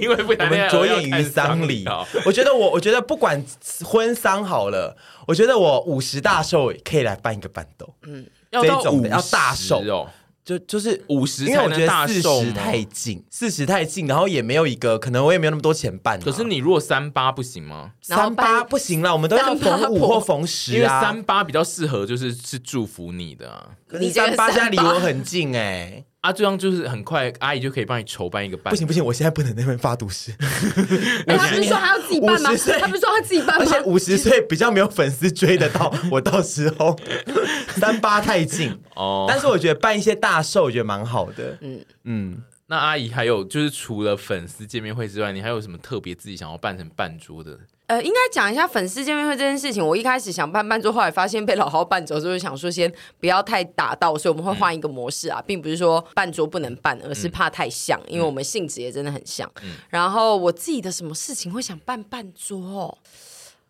Speaker 3: 因为不
Speaker 1: 我
Speaker 3: 谈恋
Speaker 1: 们
Speaker 3: 爱
Speaker 1: 着
Speaker 3: 而 要
Speaker 1: 眼于
Speaker 3: 看
Speaker 1: 丧 礼
Speaker 3: 哦。
Speaker 1: 我觉得我我觉得不管婚丧好了，我觉得我五十大寿可以来办一个板豆，
Speaker 3: 要
Speaker 1: 这
Speaker 3: 到
Speaker 1: 种的
Speaker 3: 50
Speaker 1: 要大手
Speaker 3: 哦，
Speaker 1: 就就是。
Speaker 3: 五十
Speaker 1: 因为
Speaker 3: 才
Speaker 1: 我觉
Speaker 3: 能大
Speaker 1: 得四
Speaker 3: 寿
Speaker 1: 十
Speaker 3: 吗
Speaker 1: 太近，四十太近，然后也没有一个，可能我也没有那么多钱办啊、
Speaker 3: 可是你如果三八不行吗？
Speaker 2: 然后
Speaker 1: 三八
Speaker 2: 办
Speaker 1: 不行啦，我们都要
Speaker 2: 三八
Speaker 1: 逢五
Speaker 2: 婆
Speaker 1: 或逢
Speaker 3: 因
Speaker 1: 十
Speaker 3: 为
Speaker 1: 啊。
Speaker 3: 三八比较适合，就是是祝福你的啊。
Speaker 1: 可是
Speaker 2: 你这个
Speaker 1: 三八
Speaker 2: 三
Speaker 1: 现在离我
Speaker 2: 八
Speaker 1: 很近哎、
Speaker 3: 啊，这样就是很快，阿姨就可以帮你筹办一个伴。
Speaker 1: 不行不行，我现在不能那边发毒誓，
Speaker 2: 哎，他不是说他要自己办吗
Speaker 1: 50？岁
Speaker 2: 他不是说他自己 办
Speaker 1: 而
Speaker 2: 吗
Speaker 1: 且？五十岁比较没有粉丝追得到 我，到时候 三八太近。
Speaker 3: 哦，
Speaker 1: 但是我觉得办一些大寿，我觉得蛮好的。
Speaker 2: 嗯
Speaker 1: 嗯嗯，
Speaker 3: 那阿姨还有就是除了粉丝见面会之外，你还有什么特别自己想要办成半桌的？
Speaker 2: 呃，应该讲一下粉丝见面会这件事情。我一开始想办伴奏，后来发现被老郝办走，所以我想说先不要太打到，所以我们会换一个模式啊，
Speaker 1: 嗯
Speaker 2: 并不是说半桌不能办，而是怕太像，因为我们性质也真的很像。然后我自己的什么事情会想办半桌哦，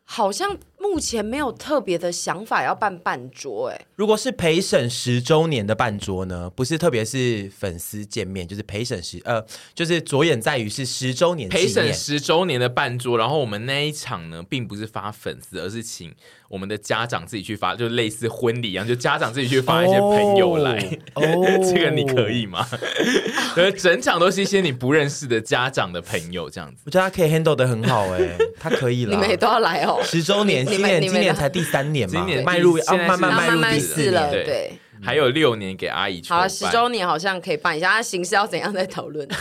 Speaker 2: 好像目前没有特别的想法要办半桌、哎，
Speaker 1: 如果是陪审十周年的办桌呢，不是特别是粉丝见面，就是陪审十呃，就是着眼在于是十周年纪
Speaker 3: 陪
Speaker 1: 念
Speaker 3: 审十周年的半桌，然后我们那一场呢，并不是发粉丝，而是请我们的家长自己去发，就类似婚礼一样，就家长自己去发一些朋友来。
Speaker 1: 哦，哦
Speaker 3: 这个你可以。吗？呃，整场都是一些你不认识的家长的朋友这样子。
Speaker 1: 我觉得他可以 handle 的很好哎、 他可以了。
Speaker 2: 你们也都要来哦。
Speaker 1: 十周年，
Speaker 2: 你
Speaker 1: 今
Speaker 2: 们
Speaker 1: 年
Speaker 2: 你们
Speaker 1: 今年才第三年嘛，
Speaker 3: 今年
Speaker 1: 迈入
Speaker 3: 第
Speaker 1: 要
Speaker 3: 现在是
Speaker 1: 慢慢
Speaker 2: 然后
Speaker 1: 迈
Speaker 2: 慢
Speaker 1: 入
Speaker 2: 慢
Speaker 1: 第
Speaker 2: 试
Speaker 1: 年
Speaker 2: 了，
Speaker 3: 对
Speaker 2: 对，
Speaker 3: 还有六年给阿姨筹
Speaker 2: 好
Speaker 3: 办。
Speaker 2: 了，十周年好像可以办一下，那形式要怎样再讨论？对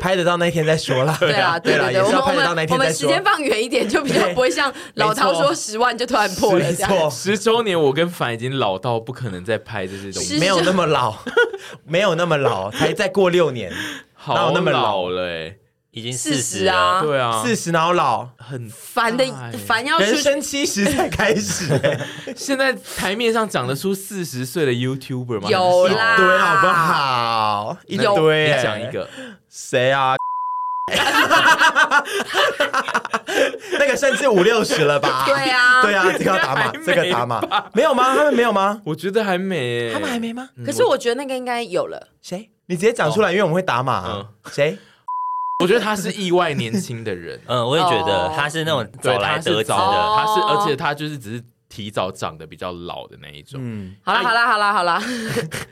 Speaker 1: 拍得到那一天再说啦。
Speaker 2: 对啊，对
Speaker 1: 啦，
Speaker 2: 对对，
Speaker 1: 也
Speaker 2: 我
Speaker 1: 是
Speaker 2: 们
Speaker 1: 要
Speaker 2: 我
Speaker 1: 拍得到那一天
Speaker 2: 们我们
Speaker 1: 再
Speaker 2: 时
Speaker 1: 说。
Speaker 2: 间放远一点，就比较不会像老陶说十万就突然破了
Speaker 1: 没
Speaker 2: 这样。
Speaker 1: 错，
Speaker 3: 十周年，我跟凡已经老到不可能再拍这些东
Speaker 2: 是
Speaker 3: 西，
Speaker 1: 没有那么老， 没有那么老，才再过六年，哪
Speaker 3: 好
Speaker 1: 有那么老
Speaker 3: 老了哎、
Speaker 4: 已经
Speaker 2: 四
Speaker 4: 十，
Speaker 2: 十啊，
Speaker 3: 对啊，
Speaker 1: 四十哪有老？
Speaker 3: 很
Speaker 2: 烦的
Speaker 3: 哎
Speaker 2: 烦要
Speaker 1: 人
Speaker 2: 出去。
Speaker 1: 生七十才开 始、
Speaker 3: 现在台面上讲得出四十岁的 YouTuber 吗？
Speaker 2: 有
Speaker 3: 很
Speaker 2: 啦
Speaker 1: 一
Speaker 3: 少
Speaker 1: 堆好不好？一
Speaker 2: 有
Speaker 1: 堆、
Speaker 3: 你
Speaker 1: 欸，
Speaker 3: 讲一个，
Speaker 1: 谁啊？ 那个甚至五六十了吧？
Speaker 2: 对啊
Speaker 1: 对啊，这个要打码，
Speaker 3: 应该还没
Speaker 1: 这个打码，没有吗？他们没有吗？
Speaker 3: 我觉得还美、欸，
Speaker 1: 他们还没吗？
Speaker 3: 嗯。
Speaker 2: 可是我觉得那个应该有了，
Speaker 1: 谁？你直接讲出来，因为我们会打码
Speaker 3: 哦
Speaker 1: 啊。谁？
Speaker 3: 我觉得他是意外年轻的人
Speaker 4: 嗯，我也觉得
Speaker 2: 哦
Speaker 4: 他是那种
Speaker 3: 对，
Speaker 4: 早来
Speaker 3: 他
Speaker 4: 得
Speaker 3: 是
Speaker 4: 子
Speaker 3: 早
Speaker 2: 哦
Speaker 4: 的，
Speaker 3: 他是而且他就是只是提早长得比较老的那一种。
Speaker 1: 嗯，
Speaker 2: 好了
Speaker 3: 哎
Speaker 2: 好了好了好了，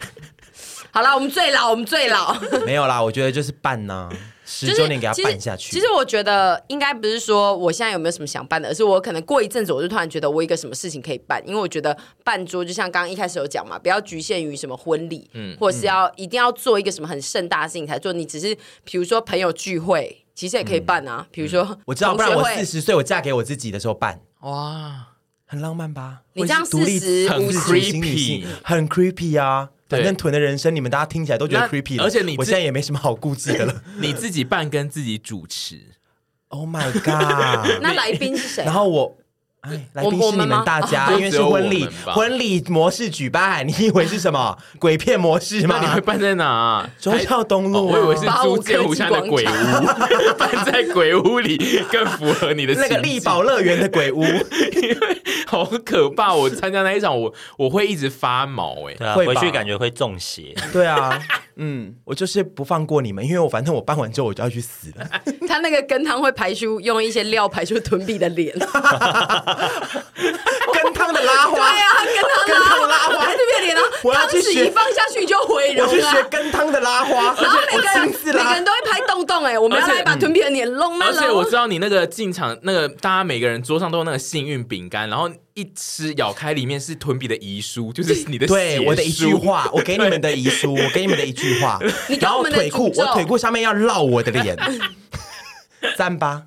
Speaker 2: 好了，我们最老，我们最老。
Speaker 1: 没有啦，我觉得就是办呐、十周年给他办下去。
Speaker 2: 其实。其实我觉得应该不是说我现在有没有什么想办的，而是我可能过一阵子我就突然觉得我有一个什么事情可以办，因为我觉得办桌就像刚刚一开始有讲嘛，不要局限于什么婚礼，嗯，或者是要、一定要做一个什么很盛大的事情才做，你只是比如说朋友聚会。其实也可以办啊，比如说同学会、
Speaker 1: 嗯我知道，不然我四十岁我嫁给我自己的时候办，
Speaker 3: 哇，
Speaker 1: 很浪漫吧？
Speaker 2: 你这样
Speaker 1: 我是独立
Speaker 2: 40
Speaker 1: 很
Speaker 3: 50
Speaker 1: creepy，女性很 creepy 啊！
Speaker 3: 对
Speaker 1: 反正屯的人生，你们大家听起来都觉得
Speaker 3: 那
Speaker 1: creepy 了
Speaker 3: 而且你
Speaker 1: 我
Speaker 3: 自
Speaker 1: 现在也没什么好顾忌的 了。
Speaker 3: 你自己办跟自己主持，
Speaker 1: Oh my god！
Speaker 2: 那来宾是谁
Speaker 1: 然？后我。哎，来宾
Speaker 2: 我
Speaker 1: 是
Speaker 2: 们
Speaker 1: 你
Speaker 2: 吗
Speaker 1: 们大家，
Speaker 3: 啊
Speaker 1: 因为是婚
Speaker 3: 就只
Speaker 1: 礼
Speaker 3: 有我们吧
Speaker 1: 婚礼模式举办，你以为是什 么鬼片模式
Speaker 3: 那你
Speaker 1: 吗
Speaker 3: 会？办在哪、 啊？
Speaker 1: 忠孝东
Speaker 3: 哦
Speaker 1: 路啊，
Speaker 3: 我以为是
Speaker 2: 八五
Speaker 3: 朱建
Speaker 2: 科
Speaker 3: 武
Speaker 2: 技
Speaker 3: 山的
Speaker 2: 广
Speaker 3: 鬼屋， 办在鬼屋里更符合你的
Speaker 1: 那个
Speaker 3: 情
Speaker 1: 力
Speaker 3: 境
Speaker 1: 宝乐园的鬼 屋，
Speaker 3: 好可怕！我参加那一场，我我会一直发 毛哎、
Speaker 4: 对啊，
Speaker 1: 会吧
Speaker 4: 回去感觉会中邪。
Speaker 1: 对啊，嗯，我就是不放过你们，因为我反正我办完之后我就要去死了，
Speaker 2: 他那个羹汤会排出用一些料排出屯比的 脸，对
Speaker 1: 跟汤的拉 花，
Speaker 2: 啊，羹
Speaker 1: 跟
Speaker 2: 汤
Speaker 1: 汤拉
Speaker 2: 拉
Speaker 1: 花
Speaker 2: 排，这边脸，然后
Speaker 1: 我要
Speaker 2: 汤
Speaker 1: 去
Speaker 2: 匙
Speaker 1: 学
Speaker 2: 一放下去你就毁容啊
Speaker 1: 我去
Speaker 2: 了
Speaker 1: 学。跟汤的拉花，
Speaker 2: 然后每
Speaker 1: 我
Speaker 2: 个人
Speaker 1: 亲自
Speaker 2: 每个
Speaker 1: 拉
Speaker 2: 人，都会拍洞洞哎，我们要
Speaker 3: 而且
Speaker 2: 来把臀皮的脸弄啊那
Speaker 3: 而且我
Speaker 2: 了
Speaker 3: 知。道你那个进场，那个大家每个人桌上都有那个幸运饼干，然后一吃咬开，里面是屯比的遗书，就是你的
Speaker 1: 对
Speaker 3: 血
Speaker 1: 我的一
Speaker 3: 书
Speaker 1: 句，话，我给你们的遗 书，我给你们的一句话
Speaker 2: 你，给
Speaker 1: 然
Speaker 2: 我
Speaker 1: 后
Speaker 2: 们的
Speaker 1: 腿
Speaker 2: 诅咒
Speaker 1: 裤，我腿裤上面要烙我的 脸，赞吧，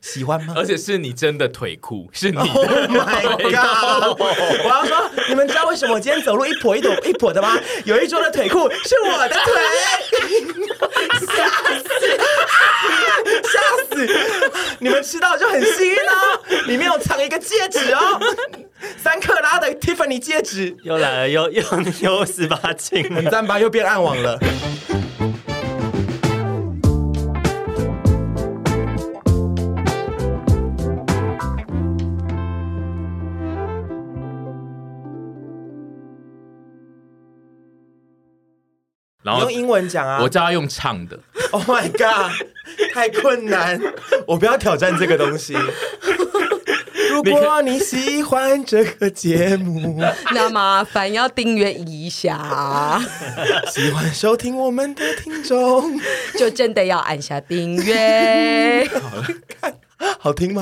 Speaker 1: 喜欢吗？
Speaker 3: 而且是你真的腿裤，是 你
Speaker 1: Oh
Speaker 3: 的。
Speaker 1: my god！我要说，你们知道为什么我今天走路一跛一跛一跛的吗？有一桌的腿裤是我的腿，吓死，吓死！你们吃到就很幸运哦，里面有藏一个戒指哦，三克拉的 Tiffany 戒指。
Speaker 4: 又来了，又 又又十八禁了。
Speaker 1: 很赞吧，又变暗网了。
Speaker 3: 然
Speaker 1: 你
Speaker 3: 后
Speaker 1: 用英文讲啊
Speaker 3: 我叫他用唱的，
Speaker 1: ！Oh my god，太困难，我不要挑战这个东西。 如果你喜欢这个节目，
Speaker 2: 那麻烦要订阅一下，
Speaker 1: 喜欢收听我们的听众，
Speaker 2: 就真的要按下订阅。
Speaker 1: 好听吗？